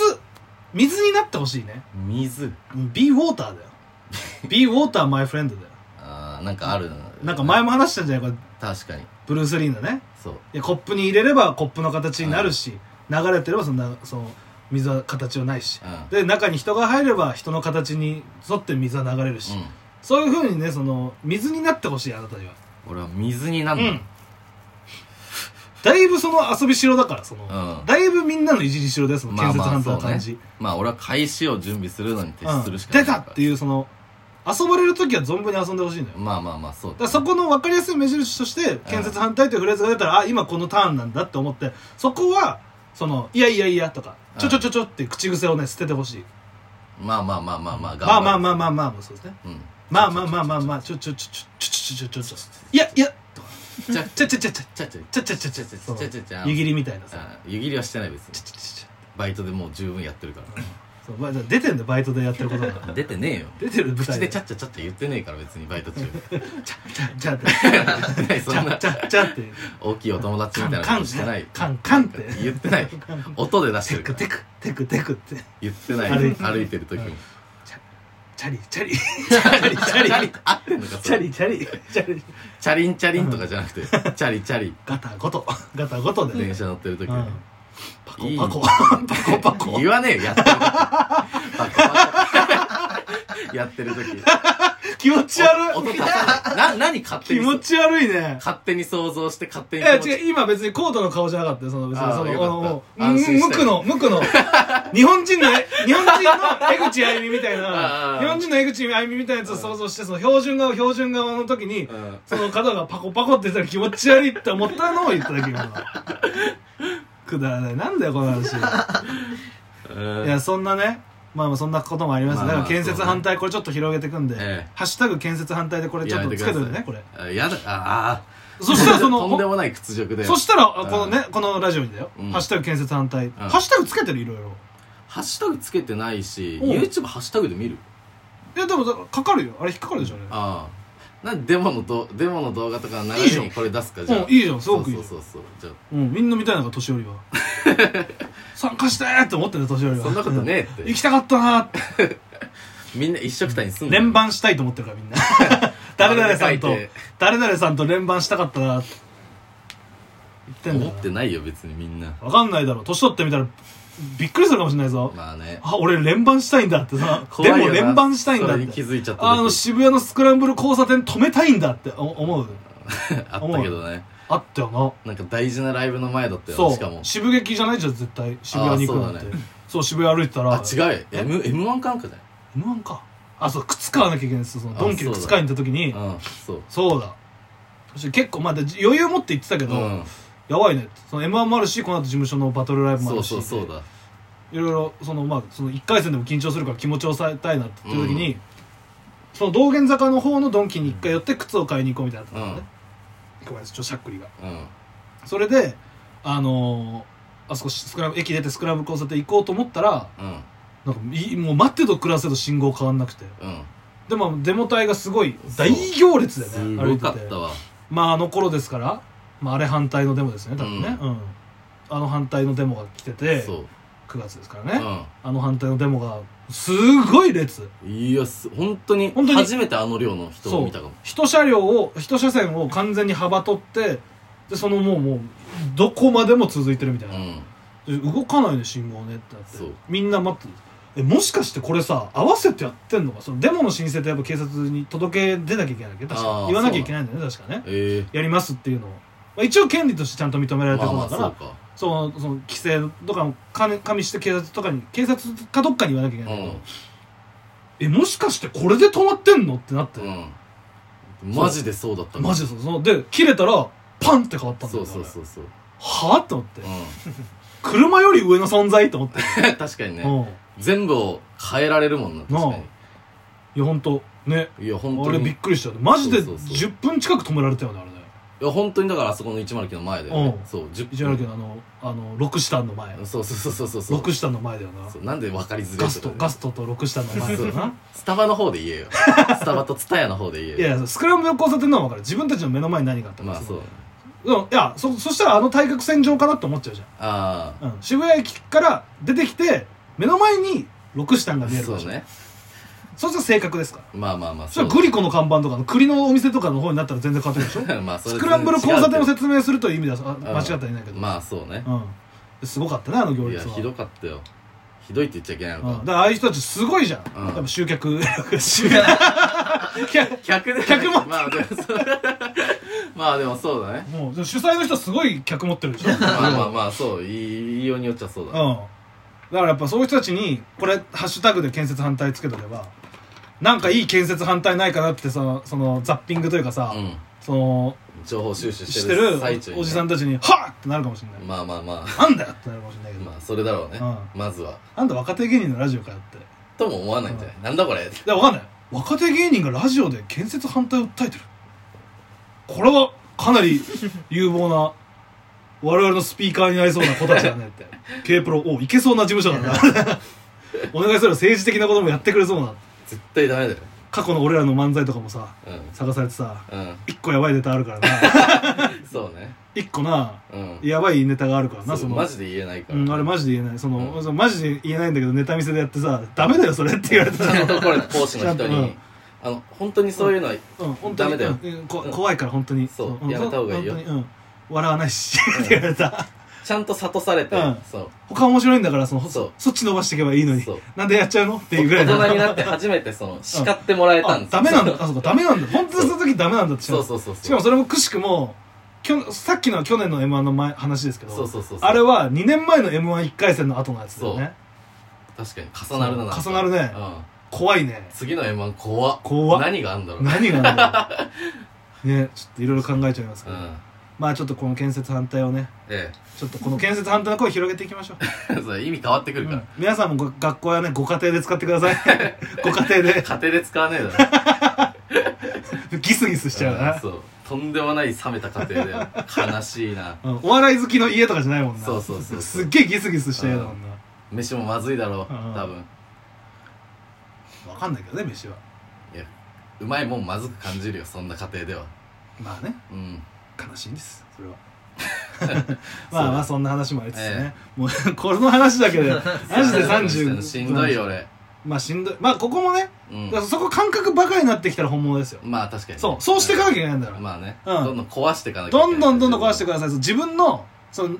[SPEAKER 2] 水になってほしいね
[SPEAKER 1] 水
[SPEAKER 2] ビーウォータ [LAUGHS] ーだよ。ビーウォーターマイフレンドだよ。
[SPEAKER 1] あーなんかある
[SPEAKER 2] なんか前も話したんじゃないこれ、
[SPEAKER 1] 確かに
[SPEAKER 2] ブルース・リーのね。
[SPEAKER 1] そう
[SPEAKER 2] いやコップに入れればコップの形になるし、流れてればそんな、その、水は形はないし。
[SPEAKER 1] う
[SPEAKER 2] で、中に人が入れば人の形に沿って水は流れるし。
[SPEAKER 1] んうん
[SPEAKER 2] そういう風にね、その、水になってほしい、あなたには。
[SPEAKER 1] 俺は水にな
[SPEAKER 2] うんん。だいぶその遊びしろだから、その、
[SPEAKER 1] のうん
[SPEAKER 2] だいぶみんなのいじりしろです、その建設反対の感じ。
[SPEAKER 1] まあ俺は返しを準備するのに徹
[SPEAKER 2] うん
[SPEAKER 1] するしかな
[SPEAKER 2] 出
[SPEAKER 1] いか
[SPEAKER 2] た
[SPEAKER 1] ら
[SPEAKER 2] っていう、その、遊ばれる時は存分に遊んでほしいのよ。
[SPEAKER 1] まあまあまあそう
[SPEAKER 2] だからそこの分かりやすい目印として建設反対というフレーズが出たら、あ今このターンなんだって思ってそこはそのいやいやいやとか
[SPEAKER 1] うん
[SPEAKER 2] ちょちょちょちょって口癖をね捨ててほしい
[SPEAKER 1] まあまあまあまあまあ
[SPEAKER 2] まあまあまあ
[SPEAKER 1] あ
[SPEAKER 2] まあまあまあそうですね
[SPEAKER 1] うん
[SPEAKER 2] まあまあまあまあまあちょちょちょちょちょちょちょちょちょいやいやとか
[SPEAKER 1] ちゃ
[SPEAKER 2] ちょちょちょちょ
[SPEAKER 1] ちゃちゃ
[SPEAKER 2] ちょちょちょちょちょ
[SPEAKER 1] ちゃ
[SPEAKER 2] ち
[SPEAKER 1] ちゃちゃ
[SPEAKER 2] ょ湯切りみたいなさ
[SPEAKER 1] あ湯切りはしてない別に
[SPEAKER 2] ちょちょちょちょ
[SPEAKER 1] バイトでもう十分やってるか
[SPEAKER 2] そうまあ出てんだよバイトでやってることが
[SPEAKER 1] ら出てねえよ
[SPEAKER 2] 出てる舞
[SPEAKER 1] 口
[SPEAKER 2] 台
[SPEAKER 1] で
[SPEAKER 2] で
[SPEAKER 1] ちゃっちゃちゃっちゃ言ってねえから別にバイト
[SPEAKER 2] [LAUGHS]
[SPEAKER 1] 中
[SPEAKER 2] ちゃちゃって
[SPEAKER 1] そんな
[SPEAKER 2] ちゃちゃって
[SPEAKER 1] 大きいお友達みたいなことしてない
[SPEAKER 2] カンカンって
[SPEAKER 1] 言ってない音で出して
[SPEAKER 2] テ
[SPEAKER 1] るか
[SPEAKER 2] ク [LAUGHS]
[SPEAKER 1] ら
[SPEAKER 2] テクテクテクって
[SPEAKER 1] 言ってない
[SPEAKER 2] 歩いて
[SPEAKER 1] 歩いてる時も
[SPEAKER 2] チャリチャリチャリチャリ
[SPEAKER 1] 合ってんのかそ
[SPEAKER 2] チャ
[SPEAKER 1] れ
[SPEAKER 2] リチャリチャリ
[SPEAKER 1] チャリンチャリンとかじゃなくてチャリチャリ
[SPEAKER 2] ガタゴトガタゴトで
[SPEAKER 1] 電車乗ってる時
[SPEAKER 2] うん
[SPEAKER 1] に
[SPEAKER 2] パ
[SPEAKER 1] いい
[SPEAKER 2] コパコパコパコ
[SPEAKER 1] 言わねえよやってる時バカバカやってる時 [LAUGHS]
[SPEAKER 2] 気持ち悪
[SPEAKER 1] 音
[SPEAKER 2] い
[SPEAKER 1] 出さないな何勝手に
[SPEAKER 2] 気持ち悪いね
[SPEAKER 1] 勝手に想像して勝手
[SPEAKER 2] い
[SPEAKER 1] に
[SPEAKER 2] や
[SPEAKER 1] 気持ち
[SPEAKER 2] 違う今別にコートの顔じゃなかったよその別に
[SPEAKER 1] あー
[SPEAKER 2] その
[SPEAKER 1] よかった
[SPEAKER 2] あの
[SPEAKER 1] 安心し
[SPEAKER 2] 無
[SPEAKER 1] た
[SPEAKER 2] 無垢の無
[SPEAKER 1] [LAUGHS]
[SPEAKER 2] 垢の日本人の日本人の江口あゆみみたい
[SPEAKER 1] あ
[SPEAKER 2] な
[SPEAKER 1] ー
[SPEAKER 2] 日本人の江口あゆみみたいなやつを想像してその標準側標準側の時に
[SPEAKER 1] うん
[SPEAKER 2] その方がパコパコって言ったら気持ち悪いって思ったのを言っただけ今の
[SPEAKER 1] [LAUGHS]
[SPEAKER 2] くだらないなんだよこの話
[SPEAKER 1] うん
[SPEAKER 2] いやそんなねまあまあそんなこともあります、
[SPEAKER 1] まあまあ
[SPEAKER 2] だから建設反対これちょっと広げていくんで、
[SPEAKER 1] ええ
[SPEAKER 2] ハッシュタグ建設反対でこれちょっとつけといてねこれ
[SPEAKER 1] あやだあ
[SPEAKER 2] そしたらそ
[SPEAKER 1] あとんで
[SPEAKER 2] の
[SPEAKER 1] もない屈辱で
[SPEAKER 2] そしたらあ
[SPEAKER 1] うん
[SPEAKER 2] このねこのラジオにだよ、
[SPEAKER 1] うん
[SPEAKER 2] ハッシュタグ建設反対、ハッシュタグつけてるいろいろ
[SPEAKER 1] ハッシュタグつけてないし
[SPEAKER 2] おう
[SPEAKER 1] YouTube ハッシュタグで見る
[SPEAKER 2] いやでもだからかかるよあれ引っかかるでしょ
[SPEAKER 1] あ
[SPEAKER 2] あ
[SPEAKER 1] あなんでデモのどデモの動画とか流
[SPEAKER 2] いいじ
[SPEAKER 1] れ
[SPEAKER 2] ゃん
[SPEAKER 1] にこれ出すかじ
[SPEAKER 2] れ
[SPEAKER 1] ゃあ
[SPEAKER 2] うんいいじゃんすごくいい
[SPEAKER 1] そうそうそうそう
[SPEAKER 2] うん、みんな見たいのが年
[SPEAKER 1] [LAUGHS]
[SPEAKER 2] 寄りは参加してーって思ってる年寄り
[SPEAKER 1] じゃあ
[SPEAKER 2] は
[SPEAKER 1] そんなことねえっ
[SPEAKER 2] 行
[SPEAKER 1] て
[SPEAKER 2] きたかったなーって
[SPEAKER 1] みんな一緒くたにすんの
[SPEAKER 2] 連番したいと思ってるからみんな
[SPEAKER 1] [LAUGHS]
[SPEAKER 2] 誰々さんと
[SPEAKER 1] 書いて
[SPEAKER 2] 誰々さんと連番したかったなーって言ってんだ
[SPEAKER 1] 思
[SPEAKER 2] よ
[SPEAKER 1] ってないよ別にみんな
[SPEAKER 2] わかんないだろ年取ってみたらびっくりするかもしれないぞ
[SPEAKER 1] まあね
[SPEAKER 2] あ俺連番したいんだってさでも連番したいんだ
[SPEAKER 1] そ
[SPEAKER 2] っ
[SPEAKER 1] れに気
[SPEAKER 2] て
[SPEAKER 1] づいちゃった
[SPEAKER 2] あの
[SPEAKER 1] 時
[SPEAKER 2] 渋谷のスクランブル交差点止めたいんだってお思う
[SPEAKER 1] あったけどね
[SPEAKER 2] あったよ
[SPEAKER 1] な
[SPEAKER 2] な
[SPEAKER 1] んか大事なライブの前だったよ
[SPEAKER 2] そ
[SPEAKER 1] しかも
[SPEAKER 2] う渋劇じゃないじゃん絶対渋谷に行くなんて
[SPEAKER 1] あ
[SPEAKER 2] そ,、
[SPEAKER 1] そううだね
[SPEAKER 2] 渋谷歩いてたら
[SPEAKER 1] あ違うよ M- M1 かなんかだよ
[SPEAKER 2] M1 かあそう靴買わなきゃいけないんですよその
[SPEAKER 1] あ
[SPEAKER 2] ドンキで靴買いに行った時に
[SPEAKER 1] うんそう
[SPEAKER 2] そうだそして結構まあで余裕持って行ってたけど、
[SPEAKER 1] うん
[SPEAKER 2] やばいねその M1 もあるしこの後事務所のバトルライブもあ
[SPEAKER 1] そ
[SPEAKER 2] る
[SPEAKER 1] う
[SPEAKER 2] し
[SPEAKER 1] そうそうだ
[SPEAKER 2] いろいろそのまあその1回戦でも緊張するから気持ちを抑えたいなっていう時に、
[SPEAKER 1] う
[SPEAKER 2] その道玄坂の方のドンキに1回寄って靴を買いに行こうみたいなのだったのね、ごめんなさいちょっとしゃっくりが
[SPEAKER 1] うん
[SPEAKER 2] それであのーあそこスクラブ駅出てスクラブ交差点行こうと思ったら
[SPEAKER 1] うん
[SPEAKER 2] なんかいもう待ってと暮らせと信号変わんなくて
[SPEAKER 1] うん
[SPEAKER 2] でもデモ隊がすごい大行列ですね歩
[SPEAKER 1] ご
[SPEAKER 2] いて
[SPEAKER 1] か
[SPEAKER 2] て
[SPEAKER 1] ったわ
[SPEAKER 2] まああの頃ですから、まあ、あれ反対のデモですね多分ね、う
[SPEAKER 1] うん
[SPEAKER 2] あの反対のデモが来てて
[SPEAKER 1] そう
[SPEAKER 2] 9月ですからね、
[SPEAKER 1] う
[SPEAKER 2] あの反対のデモがすごい列
[SPEAKER 1] んいやす本当に
[SPEAKER 2] 本当に
[SPEAKER 1] 初めてあの量の人を見たかも
[SPEAKER 2] 一車両を一車線を完全に幅取ってでそのもうもうどこまでも続いてるみたいうな、
[SPEAKER 1] ん
[SPEAKER 2] で動かないね信号ねってなって
[SPEAKER 1] そう
[SPEAKER 2] みんな待ってるえもしかしてこれさ合わせてやってんのかそのデモの申請ってやっぱ警察に届け出なきゃいけないんだけど確
[SPEAKER 1] あ
[SPEAKER 2] か
[SPEAKER 1] ー
[SPEAKER 2] 言わなきゃいけないんだよね確かね
[SPEAKER 1] ええ
[SPEAKER 2] やりますっていうのを、まあ、一応権利としてちゃんと認められて
[SPEAKER 1] ま
[SPEAKER 2] る
[SPEAKER 1] あ
[SPEAKER 2] も
[SPEAKER 1] ま
[SPEAKER 2] の
[SPEAKER 1] あそ
[SPEAKER 2] だ
[SPEAKER 1] う
[SPEAKER 2] から、
[SPEAKER 1] か
[SPEAKER 2] そのその規制とかも加ね加味して警察とかに警察かどっかに言わなきゃいけ
[SPEAKER 1] う
[SPEAKER 2] ないんだけど
[SPEAKER 1] ん、
[SPEAKER 2] えもしかしてこれで止まってんのってなって、
[SPEAKER 1] うんマジでそうだった
[SPEAKER 2] マジでそうそので切れたらパンって変わったんだ
[SPEAKER 1] そ
[SPEAKER 2] よ
[SPEAKER 1] う
[SPEAKER 2] ね
[SPEAKER 1] そうそうそう
[SPEAKER 2] はあって思って、
[SPEAKER 1] うん
[SPEAKER 2] 車より上の存在って思って、
[SPEAKER 1] 確かに
[SPEAKER 2] うん
[SPEAKER 1] ね全部を変えられるもんな確か
[SPEAKER 2] いや本当ね
[SPEAKER 1] にいや本
[SPEAKER 2] あ
[SPEAKER 1] 当
[SPEAKER 2] れ
[SPEAKER 1] に
[SPEAKER 2] びっくりしちゃってマジで
[SPEAKER 1] そうそうそう
[SPEAKER 2] 10分近く止められたよねあれね
[SPEAKER 1] いや本当にだからあそこの109の前でね
[SPEAKER 2] うん
[SPEAKER 1] そう10
[SPEAKER 2] 一応あるけどあのあの六シタンの前
[SPEAKER 1] そうそうそうそうそう
[SPEAKER 2] 六シタンの前だよな
[SPEAKER 1] そうなんで分かりづらい
[SPEAKER 2] ガストガ
[SPEAKER 1] ス
[SPEAKER 2] ストと六シタンの前だよな
[SPEAKER 1] スタバの方で
[SPEAKER 2] [LAUGHS]
[SPEAKER 1] 言えよスタバとツタヤの方で言
[SPEAKER 2] い
[SPEAKER 1] えよ
[SPEAKER 2] やいやスクランブル交差点のは分かる自分たちの目の前に何があったか
[SPEAKER 1] まあそう
[SPEAKER 2] うんいやそそしたらあの対角線上かなって思っちゃうじ
[SPEAKER 1] あ
[SPEAKER 2] ゃん、うん、渋谷駅から出てきて目の前に六シタンが
[SPEAKER 1] あ
[SPEAKER 2] 見える
[SPEAKER 1] そ
[SPEAKER 2] 場
[SPEAKER 1] う
[SPEAKER 2] 所
[SPEAKER 1] ね
[SPEAKER 2] そうすると正確ですから
[SPEAKER 1] まあまあまあ
[SPEAKER 2] それ
[SPEAKER 1] う
[SPEAKER 2] はグリコの看板とかの栗のお店とかの方になったら全然変わってくるで
[SPEAKER 1] [LAUGHS]
[SPEAKER 2] し
[SPEAKER 1] まあ
[SPEAKER 2] ょ
[SPEAKER 1] それ
[SPEAKER 2] スクランブル交差点
[SPEAKER 1] 全然違
[SPEAKER 2] を
[SPEAKER 1] う
[SPEAKER 2] 説明するという意味では
[SPEAKER 1] ん
[SPEAKER 2] あ間違ったらいな
[SPEAKER 1] け
[SPEAKER 2] いけど、
[SPEAKER 1] どまあそうね
[SPEAKER 2] うんですごかったねあの行
[SPEAKER 1] いや
[SPEAKER 2] 列は
[SPEAKER 1] ひどかったよひどいって言っちゃいけないの
[SPEAKER 2] う
[SPEAKER 1] か
[SPEAKER 2] ん、だからああいう人たちすごいじゃん、
[SPEAKER 1] うん
[SPEAKER 2] やっぱ集客集客
[SPEAKER 1] 客で
[SPEAKER 2] 客も
[SPEAKER 1] まあでもそう [LAUGHS] まあでもそうだね
[SPEAKER 2] [LAUGHS] もう主催の人すごい客持ってるでしょ
[SPEAKER 1] まあまあまあそう言い言いようによっちゃそうだね
[SPEAKER 2] うんだからやっぱそういう人たちにこれハッシュタグで建設反対つけとけばなんかいい建設反対ないかなってさそのザッピングというかさ、
[SPEAKER 1] うん
[SPEAKER 2] その
[SPEAKER 1] 情報収集
[SPEAKER 2] し
[SPEAKER 1] してて
[SPEAKER 2] る
[SPEAKER 1] る最中にね
[SPEAKER 2] おじさんたちに「はっ!」ってなるかもしれない、
[SPEAKER 1] まあまあま
[SPEAKER 2] なんだよってなるかもしれないけ
[SPEAKER 1] あま
[SPEAKER 2] ど、
[SPEAKER 1] あそれだろうね
[SPEAKER 2] う
[SPEAKER 1] まずは
[SPEAKER 2] あんた若手芸人のラジオかよって
[SPEAKER 1] とも思わないんじゃないなんだこれ
[SPEAKER 2] いやわかんない若手芸人がラジオで建設反対を訴えてるこれはかなり有望な [LAUGHS] 我々のスピーカーになりそうな子たちだねって k プロおいけそうな事務所なんだお願いすれば政治的なこともやってくれそうな
[SPEAKER 1] 絶対ダメだよ
[SPEAKER 2] 過去の俺らの漫才とかもさ
[SPEAKER 1] う
[SPEAKER 2] 探されてさ
[SPEAKER 1] んうん
[SPEAKER 2] 一個やばいネタあるからな
[SPEAKER 1] そうね
[SPEAKER 2] 一個な
[SPEAKER 1] うん
[SPEAKER 2] やばいネタがあるからな
[SPEAKER 1] そう
[SPEAKER 2] その
[SPEAKER 1] マジで言えないか
[SPEAKER 2] う
[SPEAKER 1] ら
[SPEAKER 2] ん、あれマジで言えないその、そのマジで言えないんだけどネタ見せでやってさ「ダメだよそれ」って言われた
[SPEAKER 1] ちゃん
[SPEAKER 2] ら、
[SPEAKER 1] とこれ講師の人
[SPEAKER 2] うん
[SPEAKER 1] にあの本当にそういうのは
[SPEAKER 2] うん、本
[SPEAKER 1] ダ
[SPEAKER 2] 当に
[SPEAKER 1] メだよ
[SPEAKER 2] うんこ怖いから本当に
[SPEAKER 1] そうんやめた方がいいよ
[SPEAKER 2] 本当にうん、笑わないしって言われた
[SPEAKER 1] ちゃんと諭されて
[SPEAKER 2] うん
[SPEAKER 1] そう
[SPEAKER 2] 他面白いんだからその
[SPEAKER 1] そう
[SPEAKER 2] そっち伸ばしていけばいいのに
[SPEAKER 1] そう
[SPEAKER 2] なんでやっちゃうのってい
[SPEAKER 1] 大
[SPEAKER 2] うぐらいの
[SPEAKER 1] 人になって初めてその叱ってもらえたん
[SPEAKER 2] あ
[SPEAKER 1] です
[SPEAKER 2] ダメなんだあそうかダメなんだ本当にその時ダメなんだって知ら
[SPEAKER 1] そ
[SPEAKER 2] な
[SPEAKER 1] う
[SPEAKER 2] かっ
[SPEAKER 1] そうそう
[SPEAKER 2] たしか
[SPEAKER 1] そ
[SPEAKER 2] も
[SPEAKER 1] う
[SPEAKER 2] それもくしくもきょさっきのは去年の m 1の前話ですけど
[SPEAKER 1] そうそうそうそう
[SPEAKER 2] あれは2年前の m 1 1回戦の後のやつだよね
[SPEAKER 1] 確かに重なるななんか
[SPEAKER 2] 重なるね
[SPEAKER 1] うん
[SPEAKER 2] 怖いね
[SPEAKER 1] 次の M1 怖っ
[SPEAKER 2] 怖っ
[SPEAKER 1] 何があんだろう [LAUGHS]
[SPEAKER 2] 何があんだろうねちょっといろいろ考えちゃいますけ
[SPEAKER 1] う
[SPEAKER 2] ど、
[SPEAKER 1] ん
[SPEAKER 2] まあちょっとこの建設反対をね
[SPEAKER 1] え
[SPEAKER 2] ちょっとこの建設反対の声広げていきましょう、
[SPEAKER 1] え [LAUGHS] それ意味変わってくる
[SPEAKER 2] う
[SPEAKER 1] から、
[SPEAKER 2] ん皆さんもご学校やねご家庭で使ってく
[SPEAKER 1] [LAUGHS]
[SPEAKER 2] ださいご家庭で
[SPEAKER 1] 家庭で使わねえ
[SPEAKER 2] [LAUGHS]
[SPEAKER 1] だろ
[SPEAKER 2] ギスギスしちゃうな
[SPEAKER 1] そうとんでもない冷めた家庭で悲しいな
[SPEAKER 2] うんお笑い好きの家とかじゃないもんな
[SPEAKER 1] そうそうそうそう
[SPEAKER 2] すっげえギスギスした家だもんな
[SPEAKER 1] 飯もまずいだろう
[SPEAKER 2] うん
[SPEAKER 1] 多分
[SPEAKER 2] わかんないけどね飯はい
[SPEAKER 1] まいもんまずく感じるよそんな家庭では
[SPEAKER 2] まあね
[SPEAKER 1] うん
[SPEAKER 2] 悲しいんですそれ
[SPEAKER 1] [LAUGHS]
[SPEAKER 2] はまあまあそんな話もありつつね
[SPEAKER 1] え、
[SPEAKER 2] もうこの話だ
[SPEAKER 1] [LAUGHS]
[SPEAKER 2] けでマジで30
[SPEAKER 1] しんどいよ俺
[SPEAKER 2] まあしんどいまあここもね、
[SPEAKER 1] うん
[SPEAKER 2] だからそこ感覚バカになってきたら本物ですよ、
[SPEAKER 1] まあ確かにね
[SPEAKER 2] そうそうしていかなきゃいけないんだから、
[SPEAKER 1] まあね
[SPEAKER 2] うん
[SPEAKER 1] どんどん壊していかなきゃいけ
[SPEAKER 2] ど
[SPEAKER 1] ない
[SPEAKER 2] んどんどんどん壊してくださいそう自分のその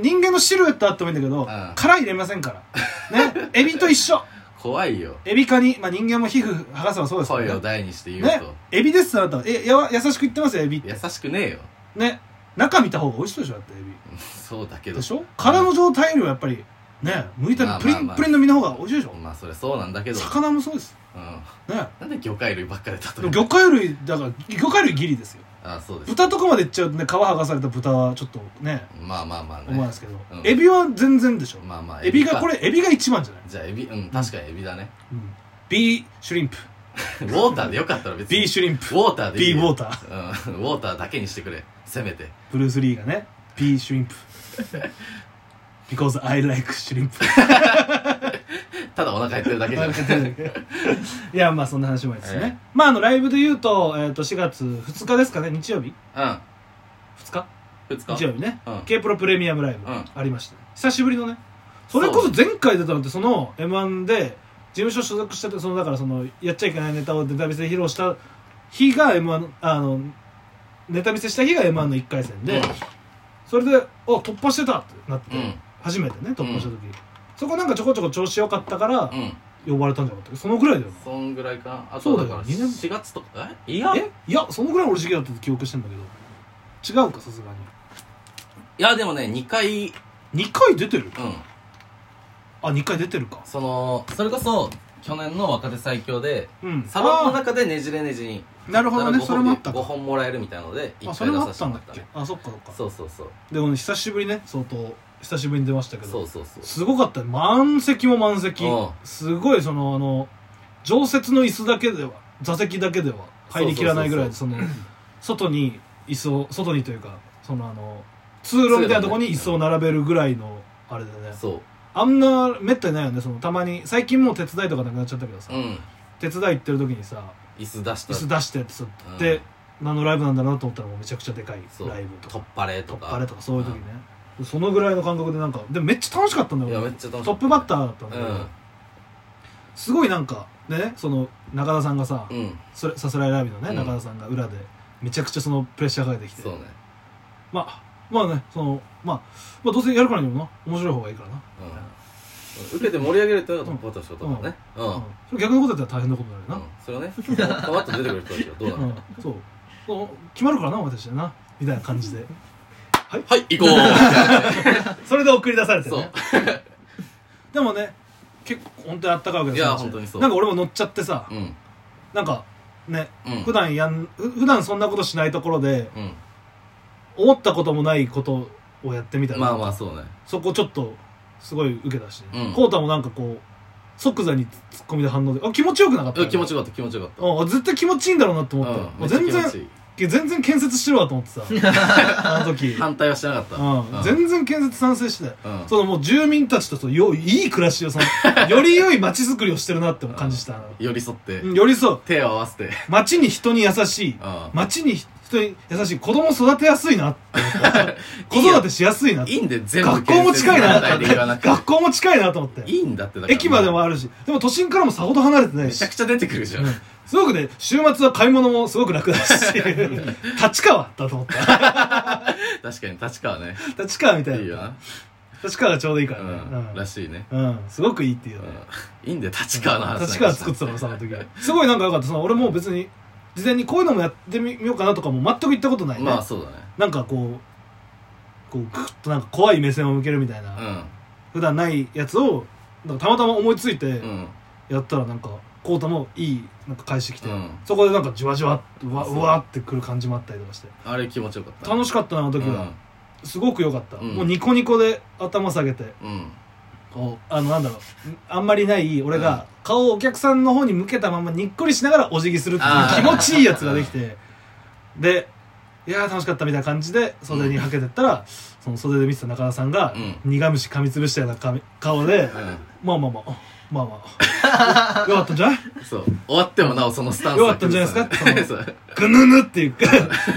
[SPEAKER 2] 人間のシルエットあってもいいんだけど、
[SPEAKER 1] ん
[SPEAKER 2] 殻入れませんから
[SPEAKER 1] [LAUGHS]
[SPEAKER 2] ねエビと一緒
[SPEAKER 1] 怖いよ
[SPEAKER 2] エビカニ、まあ、人間も皮膚剥がせばそうですからね
[SPEAKER 1] 声を大にして言う
[SPEAKER 2] ね
[SPEAKER 1] と
[SPEAKER 2] エビですあなたはえやわ優しく言ってますよエビって
[SPEAKER 1] 優しくねえよ
[SPEAKER 2] ね中見た方が美味しそうでしょだってエビ
[SPEAKER 1] そうだけど
[SPEAKER 2] でしょ殻の状態よりはやっぱりね剥いた
[SPEAKER 1] まあまあ
[SPEAKER 2] プリンプリンの身の方が美味しいでしょ
[SPEAKER 1] まあそれそうなんだけど
[SPEAKER 2] 魚もそうです
[SPEAKER 1] うん
[SPEAKER 2] ね
[SPEAKER 1] なんで魚介類ばっかり
[SPEAKER 2] で
[SPEAKER 1] 例え
[SPEAKER 2] も
[SPEAKER 1] る
[SPEAKER 2] 魚介類だから魚介類ギリですよ
[SPEAKER 1] あそうです
[SPEAKER 2] 豚とかまでいっちゃうとね皮剥がされた豚はちょっとね
[SPEAKER 1] まあまあまあ
[SPEAKER 2] 思わない
[SPEAKER 1] ね
[SPEAKER 2] ですけど、
[SPEAKER 1] うん
[SPEAKER 2] エビは全然でしょ、
[SPEAKER 1] まあまあ
[SPEAKER 2] エビが
[SPEAKER 1] か
[SPEAKER 2] これエビが一番じゃない、
[SPEAKER 1] じゃあエビうん確かにエビだね
[SPEAKER 2] うん、ビーシュリンプ
[SPEAKER 1] ウォーターでよかったら別に
[SPEAKER 2] ビーシュリンプ
[SPEAKER 1] ウォーターでいいよ
[SPEAKER 2] ビーウォータ
[SPEAKER 1] うんウォーターだけにしてくれせめて
[SPEAKER 2] ブルース・リーがねビーシュリ [LAUGHS] ンプ because I like シュリンプ [LAUGHS]
[SPEAKER 1] ただお腹減ってるだけじゃない
[SPEAKER 2] いやまあそんな話もありですね、まああのライブで言うと,、えー、と4月2日ですかね日曜日2日
[SPEAKER 1] うん2
[SPEAKER 2] 日
[SPEAKER 1] 日
[SPEAKER 2] 曜日ね、
[SPEAKER 1] うん
[SPEAKER 2] k プロプレミアムライブ
[SPEAKER 1] うん
[SPEAKER 2] ありました、久しぶりのねそれこそ前回出たのってその m 1で事務所所属した時そのだからそのやっちゃいけないネタをネタ見せで披露した日が m 1あのネタ見せした日が m 1の1回戦で、
[SPEAKER 1] うん
[SPEAKER 2] それでお突破してたってなって、
[SPEAKER 1] うん
[SPEAKER 2] 初めてね突破した時、そこなんかちょこちょこ調子良かったから
[SPEAKER 1] うん
[SPEAKER 2] 呼ばれたんじゃなかったっけそのぐらいだよな
[SPEAKER 1] そんぐらいかなあ
[SPEAKER 2] そう
[SPEAKER 1] と
[SPEAKER 2] だ
[SPEAKER 1] だ
[SPEAKER 2] よ
[SPEAKER 1] から
[SPEAKER 2] 二年
[SPEAKER 1] 4月とかえいや
[SPEAKER 2] えいやそのぐらい俺時期だったと記憶してんだけど違うかさすが
[SPEAKER 1] いやでもね2回うん
[SPEAKER 2] に2回出てるあ2回出てるか
[SPEAKER 1] そのそれこそ去年の若手最強で
[SPEAKER 2] うん
[SPEAKER 1] サロンの中でねじれねじに
[SPEAKER 2] あーなるほどねそれもあった
[SPEAKER 1] 5
[SPEAKER 2] か
[SPEAKER 1] 本もらえるみたいなので
[SPEAKER 2] あ
[SPEAKER 1] 1
[SPEAKER 2] そ
[SPEAKER 1] 回
[SPEAKER 2] れ
[SPEAKER 1] 出
[SPEAKER 2] も
[SPEAKER 1] さ
[SPEAKER 2] あっ
[SPEAKER 1] せて
[SPEAKER 2] たん
[SPEAKER 1] も
[SPEAKER 2] だ
[SPEAKER 1] らっ
[SPEAKER 2] っ
[SPEAKER 1] た
[SPEAKER 2] け
[SPEAKER 1] ね
[SPEAKER 2] あそっかそっか
[SPEAKER 1] そうそうそう
[SPEAKER 2] でもね久しぶりね相当久しぶりに出ましたけど
[SPEAKER 1] そうそうそう
[SPEAKER 2] すごかったね満席も満席
[SPEAKER 1] うん
[SPEAKER 2] すごいそのあの常設の椅子だけでは座席だけでは入りきらないぐらいでその外に椅子を外にというかそのあの通路みたいなとこに椅子を並べるぐらいのあれでね
[SPEAKER 1] そう
[SPEAKER 2] あんなめったにないよねそのたまに最近もう手伝いとかなくなっちゃったけどさ、
[SPEAKER 1] うん
[SPEAKER 2] 手伝い行ってる時にさ
[SPEAKER 1] 椅子出し
[SPEAKER 2] 椅
[SPEAKER 1] た
[SPEAKER 2] 子出してってさ、
[SPEAKER 1] うん
[SPEAKER 2] で何のライブなんだなと思ったらもうめちゃくちゃでかい
[SPEAKER 1] そう
[SPEAKER 2] ライブと
[SPEAKER 1] ト
[SPEAKER 2] か
[SPEAKER 1] ッパレと
[SPEAKER 2] 突
[SPEAKER 1] か
[SPEAKER 2] 破れとかそういう時ね、そのぐらいの感覚でなんかでもめっちゃ楽しかったんだ
[SPEAKER 1] いや
[SPEAKER 2] よ
[SPEAKER 1] めっ
[SPEAKER 2] 俺
[SPEAKER 1] ちゃ楽しかった
[SPEAKER 2] トップバッターだったんだ
[SPEAKER 1] う
[SPEAKER 2] けど、
[SPEAKER 1] ん
[SPEAKER 2] すごいなんかねその中田さんがさ、
[SPEAKER 1] うん
[SPEAKER 2] それさすらいライブのね、
[SPEAKER 1] うん
[SPEAKER 2] 中田さんが裏でめちゃくちゃそのプレッシャーかけてきて
[SPEAKER 1] そうね
[SPEAKER 2] まあまあねその、まあ、まあどうせやるからにもな面白い方がいいからな、
[SPEAKER 1] うん受けて盛り上げるっていうのがトップバッターの仕事だからねうん
[SPEAKER 2] うんそれ逆のことやったら大変なことになるよな、
[SPEAKER 1] うんそれを
[SPEAKER 2] [LAUGHS]
[SPEAKER 1] ねパワッと出てくる人たちがどうなのか
[SPEAKER 2] うんそうそう決まるからな私はなみたいな
[SPEAKER 1] [LAUGHS]
[SPEAKER 2] 感じで
[SPEAKER 1] はい行こう
[SPEAKER 2] それで送り出され
[SPEAKER 1] [LAUGHS]
[SPEAKER 2] て
[SPEAKER 1] そう
[SPEAKER 2] ねでもね結構本当にあったかいわけです
[SPEAKER 1] いや
[SPEAKER 2] その人
[SPEAKER 1] 本当にそう
[SPEAKER 2] なんか俺も乗っちゃってさ、
[SPEAKER 1] うん
[SPEAKER 2] なんかね
[SPEAKER 1] うん
[SPEAKER 2] 普段やんふ普段そんなことしないところで
[SPEAKER 1] うん
[SPEAKER 2] 思ったこともないことをやってみたら、
[SPEAKER 1] まあまあそうね
[SPEAKER 2] そこちょっとすごい受けたし、
[SPEAKER 1] うん
[SPEAKER 2] コータもなんかこう即座にツッコミで反応であ気持ちよくなかった
[SPEAKER 1] うん気持ちよかった気持ちよかった
[SPEAKER 2] うん絶対気持ちいいんだろうなって思ったよ、も
[SPEAKER 1] め
[SPEAKER 2] う
[SPEAKER 1] っちゃ
[SPEAKER 2] 全
[SPEAKER 1] 気持
[SPEAKER 2] 然
[SPEAKER 1] ちいい
[SPEAKER 2] 全然建設してるわと思ってさ
[SPEAKER 1] [LAUGHS]
[SPEAKER 2] あの時
[SPEAKER 1] 反対はしてなかった
[SPEAKER 2] う、
[SPEAKER 1] うんん
[SPEAKER 2] 全然建設賛成してたよ
[SPEAKER 1] うん
[SPEAKER 2] そのもう住民たちとそのよいい暮らしを
[SPEAKER 1] [LAUGHS]
[SPEAKER 2] そのより良い街づくりをしてるなっても感じた
[SPEAKER 1] 寄り添って
[SPEAKER 2] うんよりそう
[SPEAKER 1] 手を合わせて
[SPEAKER 2] 街に人に優しい
[SPEAKER 1] うん
[SPEAKER 2] 街に人に優しい子供育てやすいなって思
[SPEAKER 1] [LAUGHS]
[SPEAKER 2] った子育てしやすいなって
[SPEAKER 1] いいんで全部
[SPEAKER 2] 学校も近いな
[SPEAKER 1] 建設団体で言わなく
[SPEAKER 2] っ
[SPEAKER 1] て
[SPEAKER 2] て学校も近いなと思って
[SPEAKER 1] いいんだってだから
[SPEAKER 2] 駅までもあるしでも都心からもさほど離れてない
[SPEAKER 1] めち
[SPEAKER 2] し
[SPEAKER 1] ゃくちゃ出てくるじゃん
[SPEAKER 2] うんすごくね週末は買い物もすごく楽
[SPEAKER 1] [LAUGHS]
[SPEAKER 2] だし立川だと思った
[SPEAKER 1] 確かに立川ね
[SPEAKER 2] 立川みたいない
[SPEAKER 1] いよな
[SPEAKER 2] 立川がちょうどいいか
[SPEAKER 1] う
[SPEAKER 2] らね
[SPEAKER 1] ん
[SPEAKER 2] うん
[SPEAKER 1] らしいね
[SPEAKER 2] うん、すごくいいっていうね、
[SPEAKER 1] うんいいんで立川の話
[SPEAKER 2] 立川作ってたからさあの時すごいなんか良かったその俺もう別に事前にこういうのもやってみようかなとかも全く言ったことないね、
[SPEAKER 1] まあそうだね
[SPEAKER 2] なんかこうこうグッとなんか怖い目線を向けるみたいな、
[SPEAKER 1] うん
[SPEAKER 2] 普段ないやつをなんかたまたま思いついて
[SPEAKER 1] うん
[SPEAKER 2] やったらなんかコウタもいいなんか返してきて、
[SPEAKER 1] うん
[SPEAKER 2] そこでなんかじわじわってうわ
[SPEAKER 1] そう
[SPEAKER 2] うわってくる感じもあったりとかして
[SPEAKER 1] あれ気持ちよかった
[SPEAKER 2] 楽しかったなあの時
[SPEAKER 1] う
[SPEAKER 2] は、すごく良かった、
[SPEAKER 1] うん
[SPEAKER 2] もうニコニコで頭下げて
[SPEAKER 1] んうん
[SPEAKER 2] こうあのなんだろううんあんまりない俺が顔をお客さんの方に向けたままにっこりしながらお辞儀するっていう気持ちいいやつができてでいやー楽しかったみたいな感じで袖にはけてったら、その袖で見てた中田さんが、
[SPEAKER 1] う
[SPEAKER 2] 苦虫噛みつぶしたような顔顔で、
[SPEAKER 1] う
[SPEAKER 2] まあまあまあまあまあ [LAUGHS] よかったんじゃない
[SPEAKER 1] んそう終わってもなおそのスタンス
[SPEAKER 2] よかったんじゃないですか
[SPEAKER 1] そう
[SPEAKER 2] ぐぬぬって [LAUGHS] いうか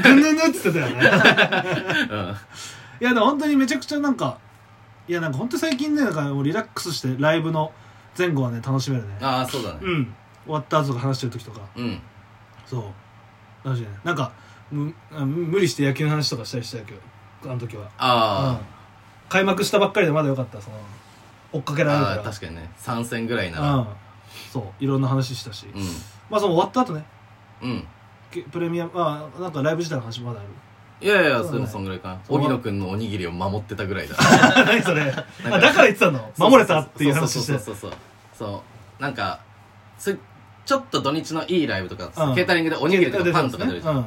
[SPEAKER 2] ぐぬぬって言ってたよね
[SPEAKER 1] うん
[SPEAKER 2] いやでも本当にめちゃくちゃなんかいやなんか本当最近ねなんかもうリラックスしてライブの前後はね楽しめるね
[SPEAKER 1] ああそうだね
[SPEAKER 2] うん終わった後とか話してる時とか
[SPEAKER 1] うん
[SPEAKER 2] そう楽しいねなんかむあ無理して野球の話とかしたりしたけどあの時はうん
[SPEAKER 1] あ、
[SPEAKER 2] 開幕したばっかりでまだよかったその追っかけ
[SPEAKER 1] ー
[SPEAKER 2] られるか
[SPEAKER 1] あ
[SPEAKER 2] ら
[SPEAKER 1] ー確かにね3戦ぐらいな
[SPEAKER 2] うんそういろんな話したし、
[SPEAKER 1] う
[SPEAKER 2] まあその終わった後ね
[SPEAKER 1] んうん
[SPEAKER 2] けプレミアムあなんかライブ自体の話
[SPEAKER 1] [LAUGHS]
[SPEAKER 2] まだある
[SPEAKER 1] いやいや
[SPEAKER 2] そうだね
[SPEAKER 1] それもそんぐらいかな
[SPEAKER 2] そう
[SPEAKER 1] 荻野君のおにぎりを守ってたぐらいだ
[SPEAKER 2] 何それあだから言ってたの守れたっていう話して
[SPEAKER 1] そうそうそうそうそうそうなんかすちょっと土日のいいライブとか、
[SPEAKER 2] うん
[SPEAKER 1] ケータリングでおにぎりとかパンとか出るじゃん、
[SPEAKER 2] うん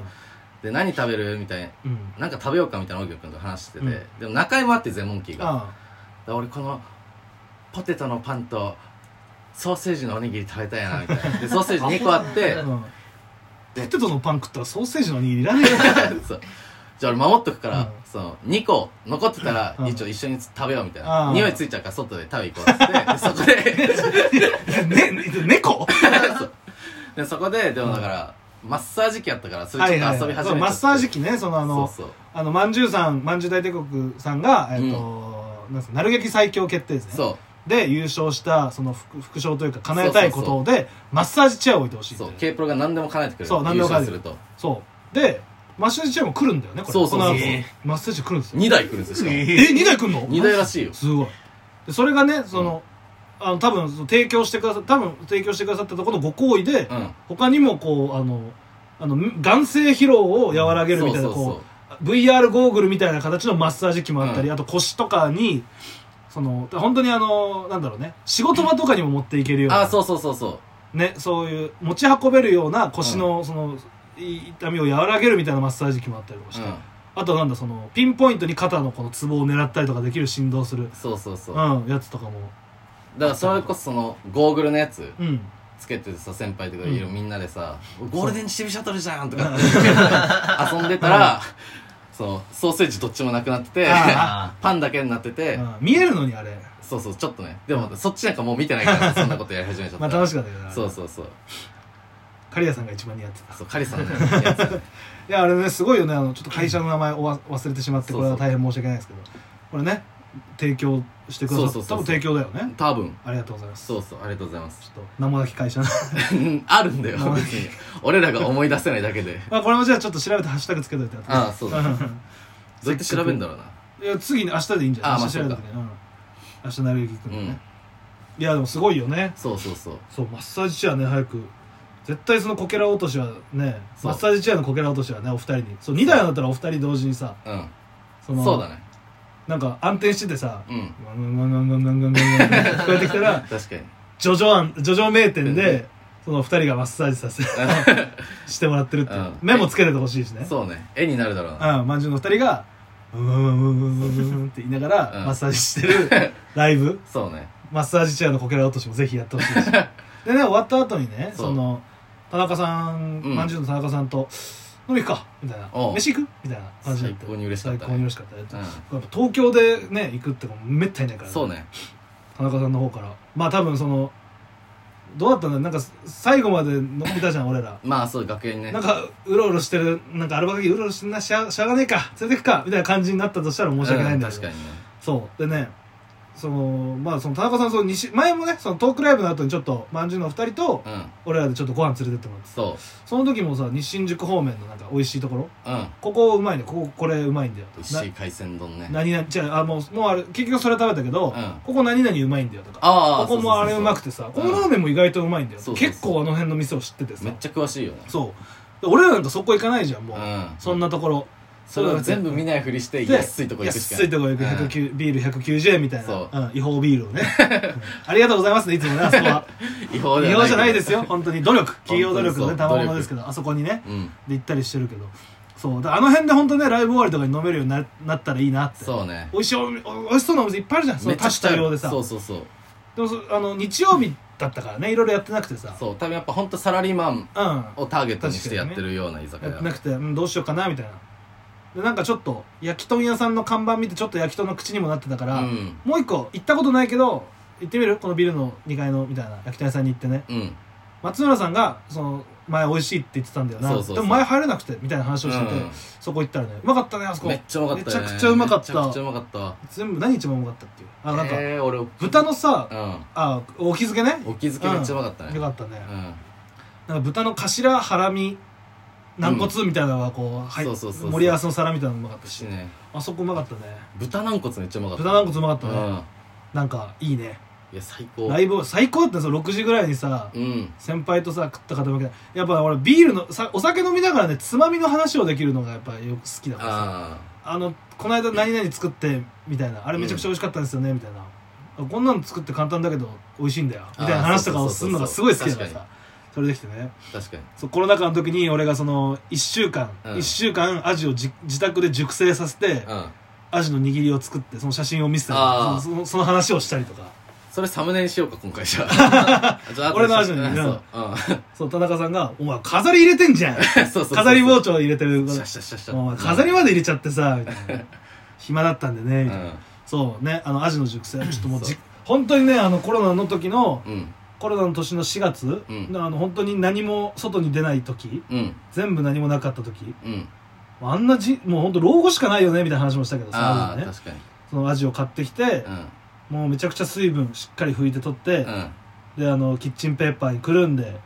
[SPEAKER 1] で何食べるみたいな
[SPEAKER 2] うん
[SPEAKER 1] なんか食べようかみたいな荻野君と話してて、
[SPEAKER 2] うん
[SPEAKER 1] でも仲居もあって全モンキーがだか
[SPEAKER 2] あ
[SPEAKER 1] ら俺このポテトのパンとソーセージのおにぎり食べたいなみたい
[SPEAKER 2] [LAUGHS]
[SPEAKER 1] なでソーセージ2個あって
[SPEAKER 2] あ、うん、
[SPEAKER 1] で
[SPEAKER 2] ポテトのパン食ったらソーセージのおにぎりいらねえよ
[SPEAKER 1] [LAUGHS] そうじゃあ俺守っとくから、
[SPEAKER 2] うん
[SPEAKER 1] その2個残ってたら
[SPEAKER 2] うん
[SPEAKER 1] 一応一緒に食べようみたいな、
[SPEAKER 2] うん
[SPEAKER 1] 匂いついちゃうから外で食べ行こうっつってでそこで
[SPEAKER 2] [LAUGHS] ねね猫
[SPEAKER 1] そうでそこででもだから、マッサージ機やったからそれちょっと遊び始めちゃって
[SPEAKER 2] そうマッサージ機ねそのあの
[SPEAKER 1] そうそう
[SPEAKER 2] あのまんじゅうさんまんじゅう大帝国さんがえっ、と、なんすかなる劇最強決定ですね
[SPEAKER 1] そ
[SPEAKER 2] で優勝したその副副賞というか叶えたいことでマッサージチェアを置いてほしいうって
[SPEAKER 1] そう
[SPEAKER 2] いう
[SPEAKER 1] K プロが何でも叶えてくれる
[SPEAKER 2] そう何でも叶えて
[SPEAKER 1] 優
[SPEAKER 2] くれ
[SPEAKER 1] 勝する
[SPEAKER 2] そうでマッサージチェアも来るんだよねこれ
[SPEAKER 1] そうそうそう
[SPEAKER 2] この後
[SPEAKER 1] え
[SPEAKER 2] マッサージ来るんです
[SPEAKER 1] と
[SPEAKER 2] よ
[SPEAKER 1] 2台来るんですよしか
[SPEAKER 2] え2台来るの
[SPEAKER 1] も2台らしいよ
[SPEAKER 2] すごいでそれがねその、あの多分その提供してくださ多分提供してくださったところのご好意で、
[SPEAKER 1] うん
[SPEAKER 2] 他にもこうあのあの眼性疲労を和らげるみたいな
[SPEAKER 1] そうそうそう
[SPEAKER 2] こう VR ゴーグルみたいな形のマッサージ機もあったり、
[SPEAKER 1] うん
[SPEAKER 2] あと腰とかにその本当にあのなんだろうね仕事場とかにも持っていけるような
[SPEAKER 1] あそうそうそうそう
[SPEAKER 2] ね、そういう持ち運べるような腰の,、そのい痛みを和らげるみたいなマッサージ機もあったりとかして、
[SPEAKER 1] う
[SPEAKER 2] あとなんだそのピンポイントに肩のこのツボを狙ったりとかできる振動する
[SPEAKER 1] ん、そうそうそう、だ
[SPEAKER 2] うん、やつとかも、
[SPEAKER 1] からそれこそそのゴーグルのやつ
[SPEAKER 2] うん、
[SPEAKER 1] つけてさ先輩とか
[SPEAKER 2] うん
[SPEAKER 1] いるみんなでさ「ゴールデンチビシャトルじゃん!」とかって [LAUGHS] 遊んでたらそのソーセージどっちもなくなってて
[SPEAKER 2] あ
[SPEAKER 3] あ
[SPEAKER 1] [LAUGHS] パンだけになってて
[SPEAKER 2] うん見えるのにあれ、
[SPEAKER 1] そうそうちょっとねでもそっちなんかもう見てない
[SPEAKER 2] [LAUGHS]
[SPEAKER 1] からそんなことやり始めちゃっ
[SPEAKER 2] ま
[SPEAKER 1] た
[SPEAKER 2] あ、楽しかったけどな
[SPEAKER 1] そうそうそう
[SPEAKER 2] 刈谷さんが一番似合ってた
[SPEAKER 1] そうカリさんのやつ
[SPEAKER 2] いやあれねすごいよねあのちょっと会社の名前をわ忘れてしまって
[SPEAKER 1] そうそ
[SPEAKER 2] これ
[SPEAKER 1] う
[SPEAKER 2] は大変申し訳ないですけどこれね提供してくださっ
[SPEAKER 1] そうそ
[SPEAKER 2] た
[SPEAKER 1] うそうそう
[SPEAKER 2] 多分提供だよね
[SPEAKER 1] 多分
[SPEAKER 2] ありがとうございます
[SPEAKER 1] そうそうありがとうございま
[SPEAKER 2] ち
[SPEAKER 1] す [LAUGHS]
[SPEAKER 2] ょっと名もなき会社の [LAUGHS]
[SPEAKER 1] うんあるんだよ
[SPEAKER 2] うん
[SPEAKER 1] 別に俺らが思い出せないだけで
[SPEAKER 2] まあこれもじゃあちょっと調べてハッシュタグつけといて
[SPEAKER 1] ああそうだどう
[SPEAKER 2] う
[SPEAKER 1] やって調べるんだろうない
[SPEAKER 2] や次に明日でいいんじゃない
[SPEAKER 1] ああまあ
[SPEAKER 2] 明日調べた時に、うん、明日なるゆき
[SPEAKER 1] う
[SPEAKER 2] 君のね、
[SPEAKER 1] ん
[SPEAKER 2] いやでもすごいよね
[SPEAKER 1] そうそうそう
[SPEAKER 2] そうマッサージチェアね早く絶対そのこけら落としはね
[SPEAKER 1] そう
[SPEAKER 2] マッサージチェアのこけら落としはねお二人にそう2台だったらお二人同時にさ
[SPEAKER 1] うん
[SPEAKER 2] その
[SPEAKER 1] そうだね
[SPEAKER 2] なんか暗転しててさ、
[SPEAKER 1] うん
[SPEAKER 2] ガンガンガンガンガンガンガンガンガン聞こえてきたら
[SPEAKER 1] 確かに
[SPEAKER 2] ジョジョアンジョジョ名店でその二人がマッサージさせしてもらってるっていう、
[SPEAKER 1] うん
[SPEAKER 2] 目もつけててほしい [LAUGHS] しね
[SPEAKER 1] そうね絵になるだろうな
[SPEAKER 2] うんまんじゅうの二人が「うんうんうんうんうんうん」って言いながら
[SPEAKER 1] うん
[SPEAKER 2] マッサージしてるライブ
[SPEAKER 1] そうね
[SPEAKER 2] マッサージチェアのこけら落としもぜひやってほしいしでね終わった後にね
[SPEAKER 1] そう
[SPEAKER 2] その田中さん
[SPEAKER 1] うん
[SPEAKER 2] まんじゅうの田中さんと「飲み行くか」みたいな
[SPEAKER 1] お
[SPEAKER 2] 「
[SPEAKER 1] う
[SPEAKER 2] 飯行く?」みたいな感じになって
[SPEAKER 1] 最高に嬉しかったね
[SPEAKER 2] 最高に嬉しかったね
[SPEAKER 1] うん
[SPEAKER 2] やっぱ東京でね行くってめったにないからね
[SPEAKER 1] そうね
[SPEAKER 2] 田中さんの方からまあ多分そのどうだったんだなんか最後まで飲みたじゃん俺ら
[SPEAKER 1] まあそう楽屋にね
[SPEAKER 2] なんかうろうろしてるなんかアルバカギうろうろしてんなしゃしゃがねえか連れてくかみたいな感じになったとしたら申し訳ないんだけ
[SPEAKER 1] う
[SPEAKER 2] ど、
[SPEAKER 1] 確かにね
[SPEAKER 2] そうでねそのまあその田中さんその西前もねそのトークライブの後にちょっとまんじゅうのお二人と
[SPEAKER 1] うん
[SPEAKER 2] 俺らでちょっとご飯連れてってもらって
[SPEAKER 1] そ
[SPEAKER 2] その時もさ日新宿方面のなんか美味しいところ
[SPEAKER 1] ううん
[SPEAKER 2] ここうまいねこここれうまいんだよ
[SPEAKER 1] 美味しい海鮮丼ね
[SPEAKER 2] な何々違うあもうもうあれ結局それ食べたけ
[SPEAKER 1] う
[SPEAKER 2] ど、
[SPEAKER 1] ん
[SPEAKER 2] ここ何々うまいんだよとか
[SPEAKER 1] ああ
[SPEAKER 2] ここもあれうまくてさこのラーメンも意外とうまいんだよ
[SPEAKER 1] そうそうそう
[SPEAKER 2] 結構あの辺の店を知っててさ
[SPEAKER 1] めっちゃ詳しいよね
[SPEAKER 2] そうで俺らなんかそこ行かないじゃんもう
[SPEAKER 1] うん
[SPEAKER 2] そんなところ
[SPEAKER 1] それを全部見ないふりして安いとこ行くしかない
[SPEAKER 2] 安いとこ行く、109ビール190円みたい
[SPEAKER 1] そう
[SPEAKER 2] な、うん、違法ビールを [LAUGHS] ね、うんありがとうございますねいつもねあそこは
[SPEAKER 1] 違法
[SPEAKER 2] 違
[SPEAKER 1] では
[SPEAKER 2] 法
[SPEAKER 1] ない
[SPEAKER 2] じゃないですよ本当に努力企業努力の
[SPEAKER 1] 本
[SPEAKER 2] ね
[SPEAKER 1] 当にそう
[SPEAKER 2] 賜物ですけどあそこにね
[SPEAKER 1] うん
[SPEAKER 2] で行ったりしてるけどそうだあの辺で本当ねライブ終わりとかに飲めるようにななったらいいなって
[SPEAKER 1] そうね
[SPEAKER 2] 美味しいお美味しそうなお店いっぱいあるじゃんその多種多様でさ
[SPEAKER 1] そうそうそう
[SPEAKER 2] でもそあの日曜日だったからねいろいろやってなくてさ
[SPEAKER 1] そう多分やっぱ本当サラリーマン
[SPEAKER 2] うんや
[SPEAKER 1] をターゲットにしてやってるような居酒屋
[SPEAKER 2] ってなくて、うん、どうしようかなみたいなでなんかちょっと焼き豚屋さんの看板見てちょっと焼き豚の口にもなってたから、
[SPEAKER 1] うん
[SPEAKER 2] もう一個行ったことないけど行ってみるこのビルの2階のみたいな焼き豚屋さんに行ってね
[SPEAKER 1] うん
[SPEAKER 2] 松村さんがその前美味しいって言ってたんだよな
[SPEAKER 1] そうそうそう
[SPEAKER 2] でも前入れなくてみたいな話をしてて、
[SPEAKER 1] うん
[SPEAKER 2] そこ行ったらねうまかったねあそこ
[SPEAKER 1] めっちゃうまかったよね
[SPEAKER 2] めちゃくちゃうまかっ
[SPEAKER 1] め
[SPEAKER 2] た
[SPEAKER 1] ちゃくちゃうまかった
[SPEAKER 2] 全部何一番うまかったっていうあなんか、
[SPEAKER 1] えー俺
[SPEAKER 2] 豚のさ
[SPEAKER 1] う
[SPEAKER 2] あお気づけね
[SPEAKER 1] んお気づきめっちゃうまかったね
[SPEAKER 2] よかったね、
[SPEAKER 1] うん
[SPEAKER 2] なんか豚の頭ハラミ軟骨みたいなのがこう、はい
[SPEAKER 1] そうそうそうそう
[SPEAKER 2] 盛り合わせの皿みたいなのもうまかった
[SPEAKER 1] 私
[SPEAKER 2] し
[SPEAKER 1] ね
[SPEAKER 2] あそこうまかったね
[SPEAKER 1] 豚軟骨めっちゃうまかった
[SPEAKER 2] 豚軟骨うまかった
[SPEAKER 1] う
[SPEAKER 2] ね、
[SPEAKER 1] ん
[SPEAKER 2] なんかいいね
[SPEAKER 1] いや最高
[SPEAKER 2] ライブ最高だったよその6時ぐらいにさ、
[SPEAKER 1] うん
[SPEAKER 2] 先輩とさ食った方もいるけどやっぱ俺ビールのさお酒飲みながらねつまみの話をできるのがやっぱよく好きだからさ
[SPEAKER 1] あ
[SPEAKER 2] あのこの間何々作ってみたいなあれめちゃくちゃ美味しかったんですよね、みたいなあこんなの作って簡単だけど美味しいんだよみたいな話とかをするのがすごい好きだから
[SPEAKER 1] あーそうそうそうそう
[SPEAKER 2] さそれできてね
[SPEAKER 1] ー確かに
[SPEAKER 2] そうコロナ禍の時に俺がその1週間、一
[SPEAKER 1] うん
[SPEAKER 2] 1週間アジをじ自宅で熟成させて、
[SPEAKER 1] うん
[SPEAKER 2] アジの握りを作ってその写真を見せたり
[SPEAKER 1] あー
[SPEAKER 2] そのその話をしたりとか
[SPEAKER 1] それサムネにしようか今回じゃ
[SPEAKER 2] [LAUGHS]
[SPEAKER 1] あちょっと後で
[SPEAKER 2] 俺の味のね
[SPEAKER 1] うんそう
[SPEAKER 2] そう田中さんが「お前飾り入れてんじゃん
[SPEAKER 1] うん [LAUGHS] そうそうそう
[SPEAKER 2] 飾り包丁入れてる
[SPEAKER 1] シャッシャッシャッシャッ
[SPEAKER 2] お前飾りまで入れちゃってさ」みたいな「暇だったんでね」みたいな、そうねあのアジの熟成ちょっともうじ
[SPEAKER 1] そう
[SPEAKER 2] 本当にねあのコロナの時の
[SPEAKER 1] うんうん
[SPEAKER 2] コロナの年の4月、
[SPEAKER 1] うん
[SPEAKER 2] あの本当に何も外に出ない時
[SPEAKER 1] うん
[SPEAKER 2] 全部何もなかった時
[SPEAKER 1] うん
[SPEAKER 2] あんなじもう本当老後しかないよねみたいな話もしたけどさ
[SPEAKER 1] あ
[SPEAKER 2] あ
[SPEAKER 1] あ
[SPEAKER 2] るよね
[SPEAKER 1] 確かに
[SPEAKER 2] そのアジを買ってきて、もうめちゃくちゃ水分しっかり拭いて取って
[SPEAKER 1] うんう、ん
[SPEAKER 2] であのキッチンペーパーにくるんで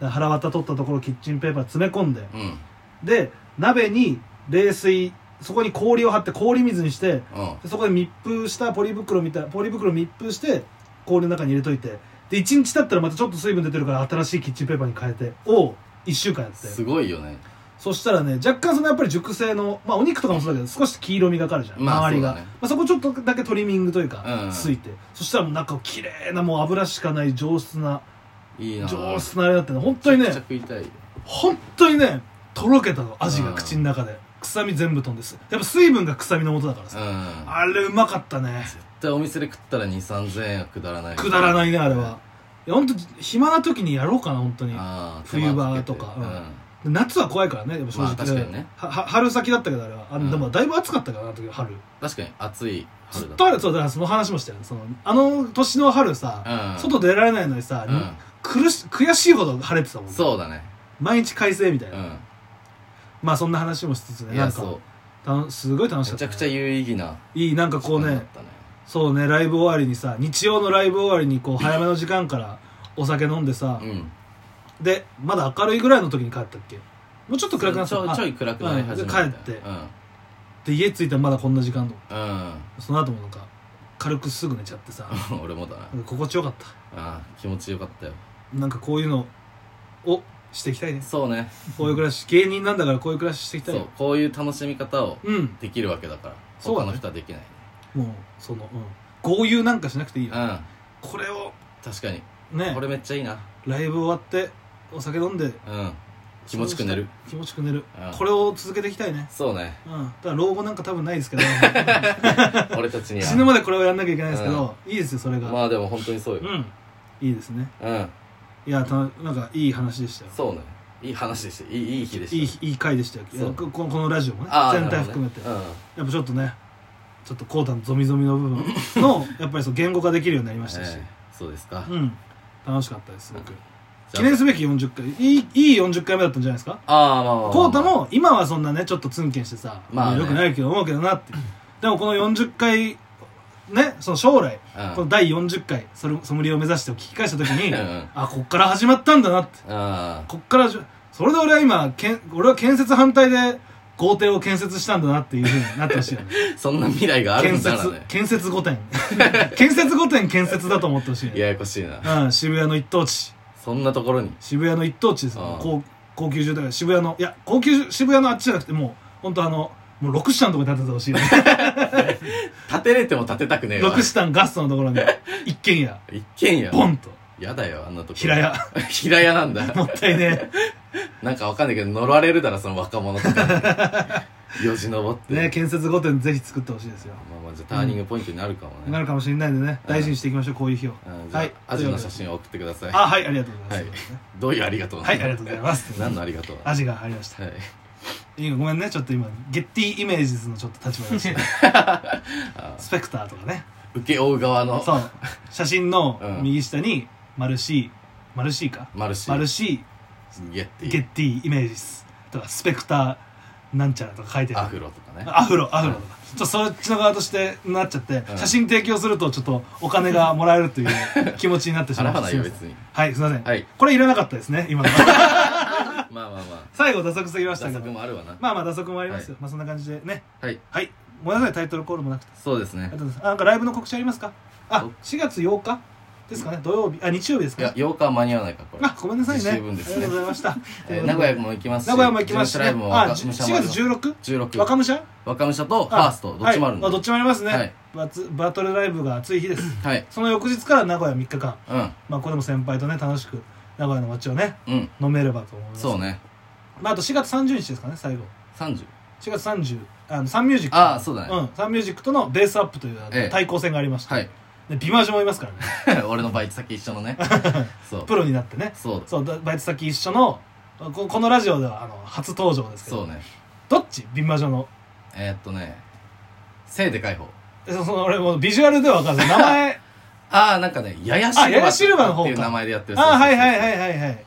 [SPEAKER 2] で腹渡取ったところをキッチンペーパー詰め込んで
[SPEAKER 1] うんうん
[SPEAKER 2] で鍋に冷水そこに氷を張って氷水にして
[SPEAKER 1] うん
[SPEAKER 2] でそこで密封したポリ袋みたいポリ袋密封して氷の中に入れといてで1日経ったらまたちょっと水分出てるから新しいキッチンペーパーに変えてを1週間やって
[SPEAKER 1] すごいよね
[SPEAKER 2] そしたらね若干そのやっぱり熟成の、まあ、お肉とかもそうだけど少し黄色みがかるじゃん、
[SPEAKER 1] まあ
[SPEAKER 2] 周りが
[SPEAKER 1] そ
[SPEAKER 2] そう
[SPEAKER 1] だね
[SPEAKER 2] まあ、そこちょっとだけトリミングという
[SPEAKER 1] う
[SPEAKER 2] か
[SPEAKER 1] ん
[SPEAKER 2] ついて、そしたらもう中を綺麗なもう油しかない上質ない
[SPEAKER 1] いな
[SPEAKER 2] 上質なあれだったね本当に
[SPEAKER 1] めちゃ
[SPEAKER 2] ね
[SPEAKER 1] くちゃ食いたい
[SPEAKER 2] 本当にねとろけたの味
[SPEAKER 1] う
[SPEAKER 2] が
[SPEAKER 1] ん
[SPEAKER 2] 口の中で臭み全部飛んですやっぱ水分が臭みのもとだから
[SPEAKER 1] う
[SPEAKER 2] さ、
[SPEAKER 1] ん
[SPEAKER 2] あれうまかったね
[SPEAKER 1] 絶対お店で食ったら2 3 0 0円はくだらない
[SPEAKER 2] くだら
[SPEAKER 1] い
[SPEAKER 2] ないねあれはいや本当暇な時にやろうかな本当に
[SPEAKER 1] あー
[SPEAKER 2] 冬場とか
[SPEAKER 1] 手間
[SPEAKER 2] うん
[SPEAKER 1] か
[SPEAKER 2] 夏は怖いからねでも正直、
[SPEAKER 1] まあ確かにね
[SPEAKER 2] はは春先だったけどあれはあ
[SPEAKER 1] うん
[SPEAKER 2] でもだいぶ暑かったからなあの時は春
[SPEAKER 1] けてうん確かに暑い
[SPEAKER 2] ずっ
[SPEAKER 1] 春だ
[SPEAKER 2] とあるそうだからその話もしたよねそのあの年の春さ、
[SPEAKER 1] うん
[SPEAKER 2] 外出られないのにさ、
[SPEAKER 1] うん
[SPEAKER 2] 苦し悔しいほど晴れてたもんね
[SPEAKER 1] そうだね
[SPEAKER 2] 毎日快晴みたいうな、
[SPEAKER 1] ん
[SPEAKER 2] まあそんな話もしつつね
[SPEAKER 1] い
[SPEAKER 2] な
[SPEAKER 1] や
[SPEAKER 2] んか
[SPEAKER 1] そ
[SPEAKER 2] たのすごい楽
[SPEAKER 1] う
[SPEAKER 2] しか
[SPEAKER 1] め
[SPEAKER 2] っ
[SPEAKER 1] ち
[SPEAKER 2] た、
[SPEAKER 1] ゃ
[SPEAKER 2] ね、
[SPEAKER 1] くちゃ有意義ない
[SPEAKER 2] いなんかこう
[SPEAKER 1] 時間だ
[SPEAKER 2] ね
[SPEAKER 1] った
[SPEAKER 2] そうねライブ終わりにさ日曜のライブ終わりにこう早めの時間からお酒飲んでさ、
[SPEAKER 1] うん
[SPEAKER 2] でまだ明るいぐらいの時に帰ったっけもうちょっと暗くなっ
[SPEAKER 1] ちょ
[SPEAKER 2] た
[SPEAKER 1] ちょ
[SPEAKER 2] あ
[SPEAKER 1] い暗くなり始めた
[SPEAKER 2] うんで帰ってで家着いたらまだこんな時間と
[SPEAKER 1] う
[SPEAKER 2] その後もなんか軽くすぐ寝ちゃってさ
[SPEAKER 1] んうん [LAUGHS] 俺もだな
[SPEAKER 2] なんか心地よかった
[SPEAKER 1] あー気持ちよかったよ
[SPEAKER 2] なんかこういうのをしていきたいね
[SPEAKER 1] そうね
[SPEAKER 2] こういう暮らし芸人なんだからこういう暮らししていきたい
[SPEAKER 1] そう
[SPEAKER 2] よ
[SPEAKER 1] こういう楽しみ方を
[SPEAKER 2] うん
[SPEAKER 1] できるわけだから
[SPEAKER 2] そう
[SPEAKER 1] 他
[SPEAKER 2] だね
[SPEAKER 1] の人はできない
[SPEAKER 2] もうその、うん、豪遊なんかしなくていい
[SPEAKER 1] うん
[SPEAKER 2] よこれを
[SPEAKER 1] 確かに
[SPEAKER 2] ね
[SPEAKER 1] これめっちゃいいな
[SPEAKER 2] ライブ終わってお酒飲んで
[SPEAKER 1] うん気持ちよく寝る
[SPEAKER 2] 気持ちよく寝る、
[SPEAKER 1] うん
[SPEAKER 2] これを続けていきたいね
[SPEAKER 1] そうね
[SPEAKER 2] うん、だから老後なんか多分ないで
[SPEAKER 1] [LAUGHS]
[SPEAKER 2] すけど
[SPEAKER 1] 俺たちには
[SPEAKER 2] 死ぬまでこれをやんなきゃいけないですけど、いいですよそれが、
[SPEAKER 1] まあでも本当にそうよ
[SPEAKER 2] うんいいですね
[SPEAKER 1] うん
[SPEAKER 2] いやたなんかいい話でしたよ
[SPEAKER 1] そうねいい話でしたいいいい日でした
[SPEAKER 2] いいいい回でしたよい
[SPEAKER 1] そ
[SPEAKER 2] や
[SPEAKER 1] う
[SPEAKER 2] ここのこのラジオもね
[SPEAKER 1] あー
[SPEAKER 2] 全体含めて、
[SPEAKER 1] なるほどね
[SPEAKER 2] やっぱちょっとねちょっとコータのゾミゾミの部分
[SPEAKER 1] [LAUGHS]
[SPEAKER 2] のやっぱりそう言語化できるようになりましたし、
[SPEAKER 1] ええそうですか
[SPEAKER 2] うん楽しかったですすごく
[SPEAKER 1] じゃあ
[SPEAKER 2] 記念すべき40回いいいい40回目だったんじゃないですか
[SPEAKER 1] ああまあまあまあ
[SPEAKER 2] コータも今はそんなねちょっとツンケンしてさ、
[SPEAKER 1] まあね
[SPEAKER 2] よくないけど思うけどなってでもこの40回ねその将来
[SPEAKER 1] うん
[SPEAKER 2] この第40回ソルソムリエを目指してを聞き返した時に
[SPEAKER 1] うんうん
[SPEAKER 2] あこっから始まったんだなって
[SPEAKER 1] あ
[SPEAKER 2] こっからじゅそれで俺は今けん俺は建設反対で豪邸を建設したんだなっていうふうになってほしいよね
[SPEAKER 1] あそんな未来 [LAUGHS] がある
[SPEAKER 2] 建
[SPEAKER 1] んだ
[SPEAKER 2] 設
[SPEAKER 1] らね
[SPEAKER 2] 建設
[SPEAKER 1] [LAUGHS]
[SPEAKER 2] 御殿建設御殿建設だと思ってほしいね
[SPEAKER 1] ややこしいな
[SPEAKER 2] うん、渋谷の一等地
[SPEAKER 1] そんなところに
[SPEAKER 2] 渋谷の一等地ですよ
[SPEAKER 1] ああ
[SPEAKER 2] 高高級住宅街渋谷のいや高級渋谷のあっちじゃなくてもう本当あのもうロクシタンのとこに建ててほしいよね
[SPEAKER 1] [LAUGHS] 立てれても立てたくねえ
[SPEAKER 2] ロ
[SPEAKER 1] わ
[SPEAKER 2] クシタンガストのところに一軒家
[SPEAKER 1] 一軒家
[SPEAKER 2] ボンと
[SPEAKER 1] やだよあんなとこ
[SPEAKER 2] 平屋
[SPEAKER 1] [LAUGHS] 平屋なん
[SPEAKER 2] も
[SPEAKER 1] だ
[SPEAKER 2] ったいね
[SPEAKER 1] なんかわかんないけど乗られるだろその若者とか
[SPEAKER 2] [LAUGHS]
[SPEAKER 1] によじ登って
[SPEAKER 2] えね建設御殿ぜひ作ってほしいですよ
[SPEAKER 1] まあまあじゃあターニングポイントになるかもね
[SPEAKER 2] なるかもしれないんでね大事にしていきましょうこういう日を
[SPEAKER 1] うんじゃ
[SPEAKER 2] はい
[SPEAKER 1] あアジの写真を送ってください
[SPEAKER 2] あはいありがとうござい
[SPEAKER 1] は
[SPEAKER 2] ます
[SPEAKER 1] どういうありがとうなの
[SPEAKER 2] はいありがとうございます
[SPEAKER 1] 何のありがとう [LAUGHS] な
[SPEAKER 2] 味がありました
[SPEAKER 1] のはい
[SPEAKER 2] いいごめんねちょっと今ゲッティイメージズのちょっと立場でし
[SPEAKER 1] [LAUGHS]
[SPEAKER 2] た
[SPEAKER 1] あ
[SPEAKER 2] スペクターとかね
[SPEAKER 1] 請け負う側の
[SPEAKER 2] そう写真の
[SPEAKER 1] うん
[SPEAKER 2] 右下にマルシーマルシーか
[SPEAKER 1] マルシー
[SPEAKER 2] マルシ
[SPEAKER 1] ゲッテ
[SPEAKER 2] ーゲ
[SPEAKER 1] ィ
[SPEAKER 2] ッティイメージズとかスペクターなんちゃらとか書いてあ
[SPEAKER 1] ア
[SPEAKER 2] る
[SPEAKER 1] フロとかね
[SPEAKER 2] アフロアフロとかちょっとそっちの側としてなっちゃって、
[SPEAKER 1] うん
[SPEAKER 2] 写真提供するとちょっとお金がもらえるという
[SPEAKER 1] [LAUGHS]
[SPEAKER 2] 気持ちになってしま
[SPEAKER 1] 払
[SPEAKER 2] う
[SPEAKER 1] わないよ
[SPEAKER 2] すいま
[SPEAKER 1] 別
[SPEAKER 2] せん
[SPEAKER 1] に
[SPEAKER 2] はいすいません、
[SPEAKER 1] はい
[SPEAKER 2] これいらなかったですね
[SPEAKER 1] [LAUGHS]
[SPEAKER 2] 今の
[SPEAKER 1] まあまあま
[SPEAKER 2] 最後打足すぎま
[SPEAKER 1] あ
[SPEAKER 2] した
[SPEAKER 1] 打
[SPEAKER 2] け
[SPEAKER 1] 作
[SPEAKER 2] ど
[SPEAKER 1] もあるわな
[SPEAKER 2] まあまあ打足もありますよ、まあそんな感じでね
[SPEAKER 1] はい
[SPEAKER 2] はいごめんなさいタイトルコールもなくて
[SPEAKER 1] そうですね
[SPEAKER 2] ありがとうございますあなんかライブの告知ありますかあ
[SPEAKER 1] お
[SPEAKER 2] 4月8日ですかね土曜日あ日曜日です
[SPEAKER 1] い
[SPEAKER 2] か
[SPEAKER 1] や8日は間に合わないからこれ
[SPEAKER 2] あごめんなさいね
[SPEAKER 1] 十分ですね
[SPEAKER 2] ありがとうございました
[SPEAKER 1] えー名古屋も行きますし
[SPEAKER 2] 名古屋も行きます
[SPEAKER 1] 事務所
[SPEAKER 2] し、
[SPEAKER 1] ライ
[SPEAKER 2] ね
[SPEAKER 1] ブ、も
[SPEAKER 2] あ
[SPEAKER 1] 若
[SPEAKER 2] じ
[SPEAKER 1] 武者
[SPEAKER 2] 4
[SPEAKER 1] もあり
[SPEAKER 2] 月 16?
[SPEAKER 1] 16
[SPEAKER 2] 若武者
[SPEAKER 1] 若武者とファーストどっちもあるん
[SPEAKER 2] はいあどっちもありますね、
[SPEAKER 1] はい
[SPEAKER 2] バツバトルライブが暑い日です
[SPEAKER 1] はい
[SPEAKER 2] その翌日から名古屋3日間
[SPEAKER 1] うん
[SPEAKER 2] まあこれも先輩とね楽しく名古屋の街をね
[SPEAKER 1] うん
[SPEAKER 2] 飲めればと思います
[SPEAKER 1] そうね
[SPEAKER 2] まあ、あと4月30日ですかね最後
[SPEAKER 1] 30
[SPEAKER 2] 4月30あのサンミュージック
[SPEAKER 1] ああそうだね
[SPEAKER 2] うん、サンミュージックとのベースアップというあの
[SPEAKER 1] ええ
[SPEAKER 2] 対抗戦がありました、
[SPEAKER 1] はい [LAUGHS]
[SPEAKER 2] で美魔女もいますからね
[SPEAKER 1] 俺のバイト先一緒の
[SPEAKER 2] [LAUGHS]
[SPEAKER 1] ねそう
[SPEAKER 2] プロになってね
[SPEAKER 1] そう
[SPEAKER 2] そうだバイト先一緒のここのラジオではあの初登場ですけど
[SPEAKER 1] そうね
[SPEAKER 2] どっち美魔女の
[SPEAKER 1] えーっとねせいでかい方
[SPEAKER 2] えそその俺もうビジュアルでは分かんない
[SPEAKER 1] [LAUGHS]
[SPEAKER 2] 名前
[SPEAKER 1] ああなんかねややシ
[SPEAKER 2] あややシル
[SPEAKER 1] ル
[SPEAKER 2] バ
[SPEAKER 1] バ
[SPEAKER 2] ー
[SPEAKER 1] ー
[SPEAKER 2] の方
[SPEAKER 1] っ
[SPEAKER 2] か
[SPEAKER 1] ていう名前でやってる
[SPEAKER 2] ああはいはい
[SPEAKER 1] い
[SPEAKER 2] はいはいはい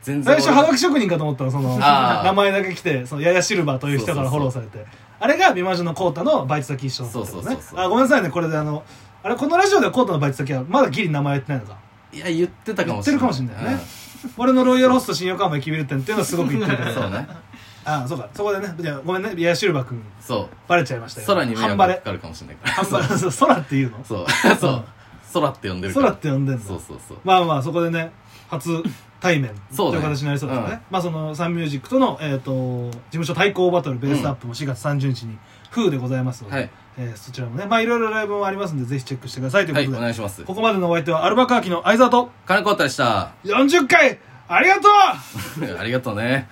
[SPEAKER 1] 全然
[SPEAKER 2] 最初
[SPEAKER 1] 俺
[SPEAKER 2] はがき職人かと思ったらその
[SPEAKER 1] あー
[SPEAKER 2] 名前だけ来てそのややシルバーという人からフォローされてあれが美魔女のコータのバイト先一緒だったんですね
[SPEAKER 1] そうそうそうそう
[SPEAKER 2] あごめんなさいねこれであのあれこのラジオではコータのバイト先はまだギリ名前言ってないのか
[SPEAKER 1] いや言ってたかもしれない
[SPEAKER 2] 言ってるかもしんないよね俺のロイヤルホスト新横浜駅ビル店っていうのはすごく言ってるけ
[SPEAKER 1] う
[SPEAKER 2] ど
[SPEAKER 1] ん [LAUGHS] そうね
[SPEAKER 2] ああそうかそこでねじゃあごめんねややシルバー君
[SPEAKER 1] そう
[SPEAKER 2] バレちゃいました [LAUGHS] よ
[SPEAKER 1] 空に迷
[SPEAKER 2] 半
[SPEAKER 1] 惑
[SPEAKER 2] バ
[SPEAKER 1] がか
[SPEAKER 2] レ
[SPEAKER 1] かるかもしれないから
[SPEAKER 2] 半バ
[SPEAKER 1] [LAUGHS]
[SPEAKER 2] レそう空っていうの
[SPEAKER 1] そう [LAUGHS] そう空って呼んでるか
[SPEAKER 2] 空
[SPEAKER 1] ら
[SPEAKER 2] って呼んでんの
[SPEAKER 1] そうそうそう
[SPEAKER 2] まあまあそこでね初対面
[SPEAKER 1] そうね
[SPEAKER 2] という形になりそうですね
[SPEAKER 1] うん
[SPEAKER 2] まあそのサンミュージックとの、えー、と事務所対抗バトルベースアップも4月30日に「風でございますので、
[SPEAKER 1] はい
[SPEAKER 2] えーそちらもねまあいろいろライブもありますんでぜひチェックしてくださいというこ
[SPEAKER 1] はい
[SPEAKER 2] と
[SPEAKER 1] お
[SPEAKER 2] で、
[SPEAKER 1] 願いします
[SPEAKER 2] ここまでのお相手はアルバカーキの相沢と
[SPEAKER 1] 金子あったでした [LAUGHS]
[SPEAKER 2] 40回ありがとう
[SPEAKER 1] ありがとうね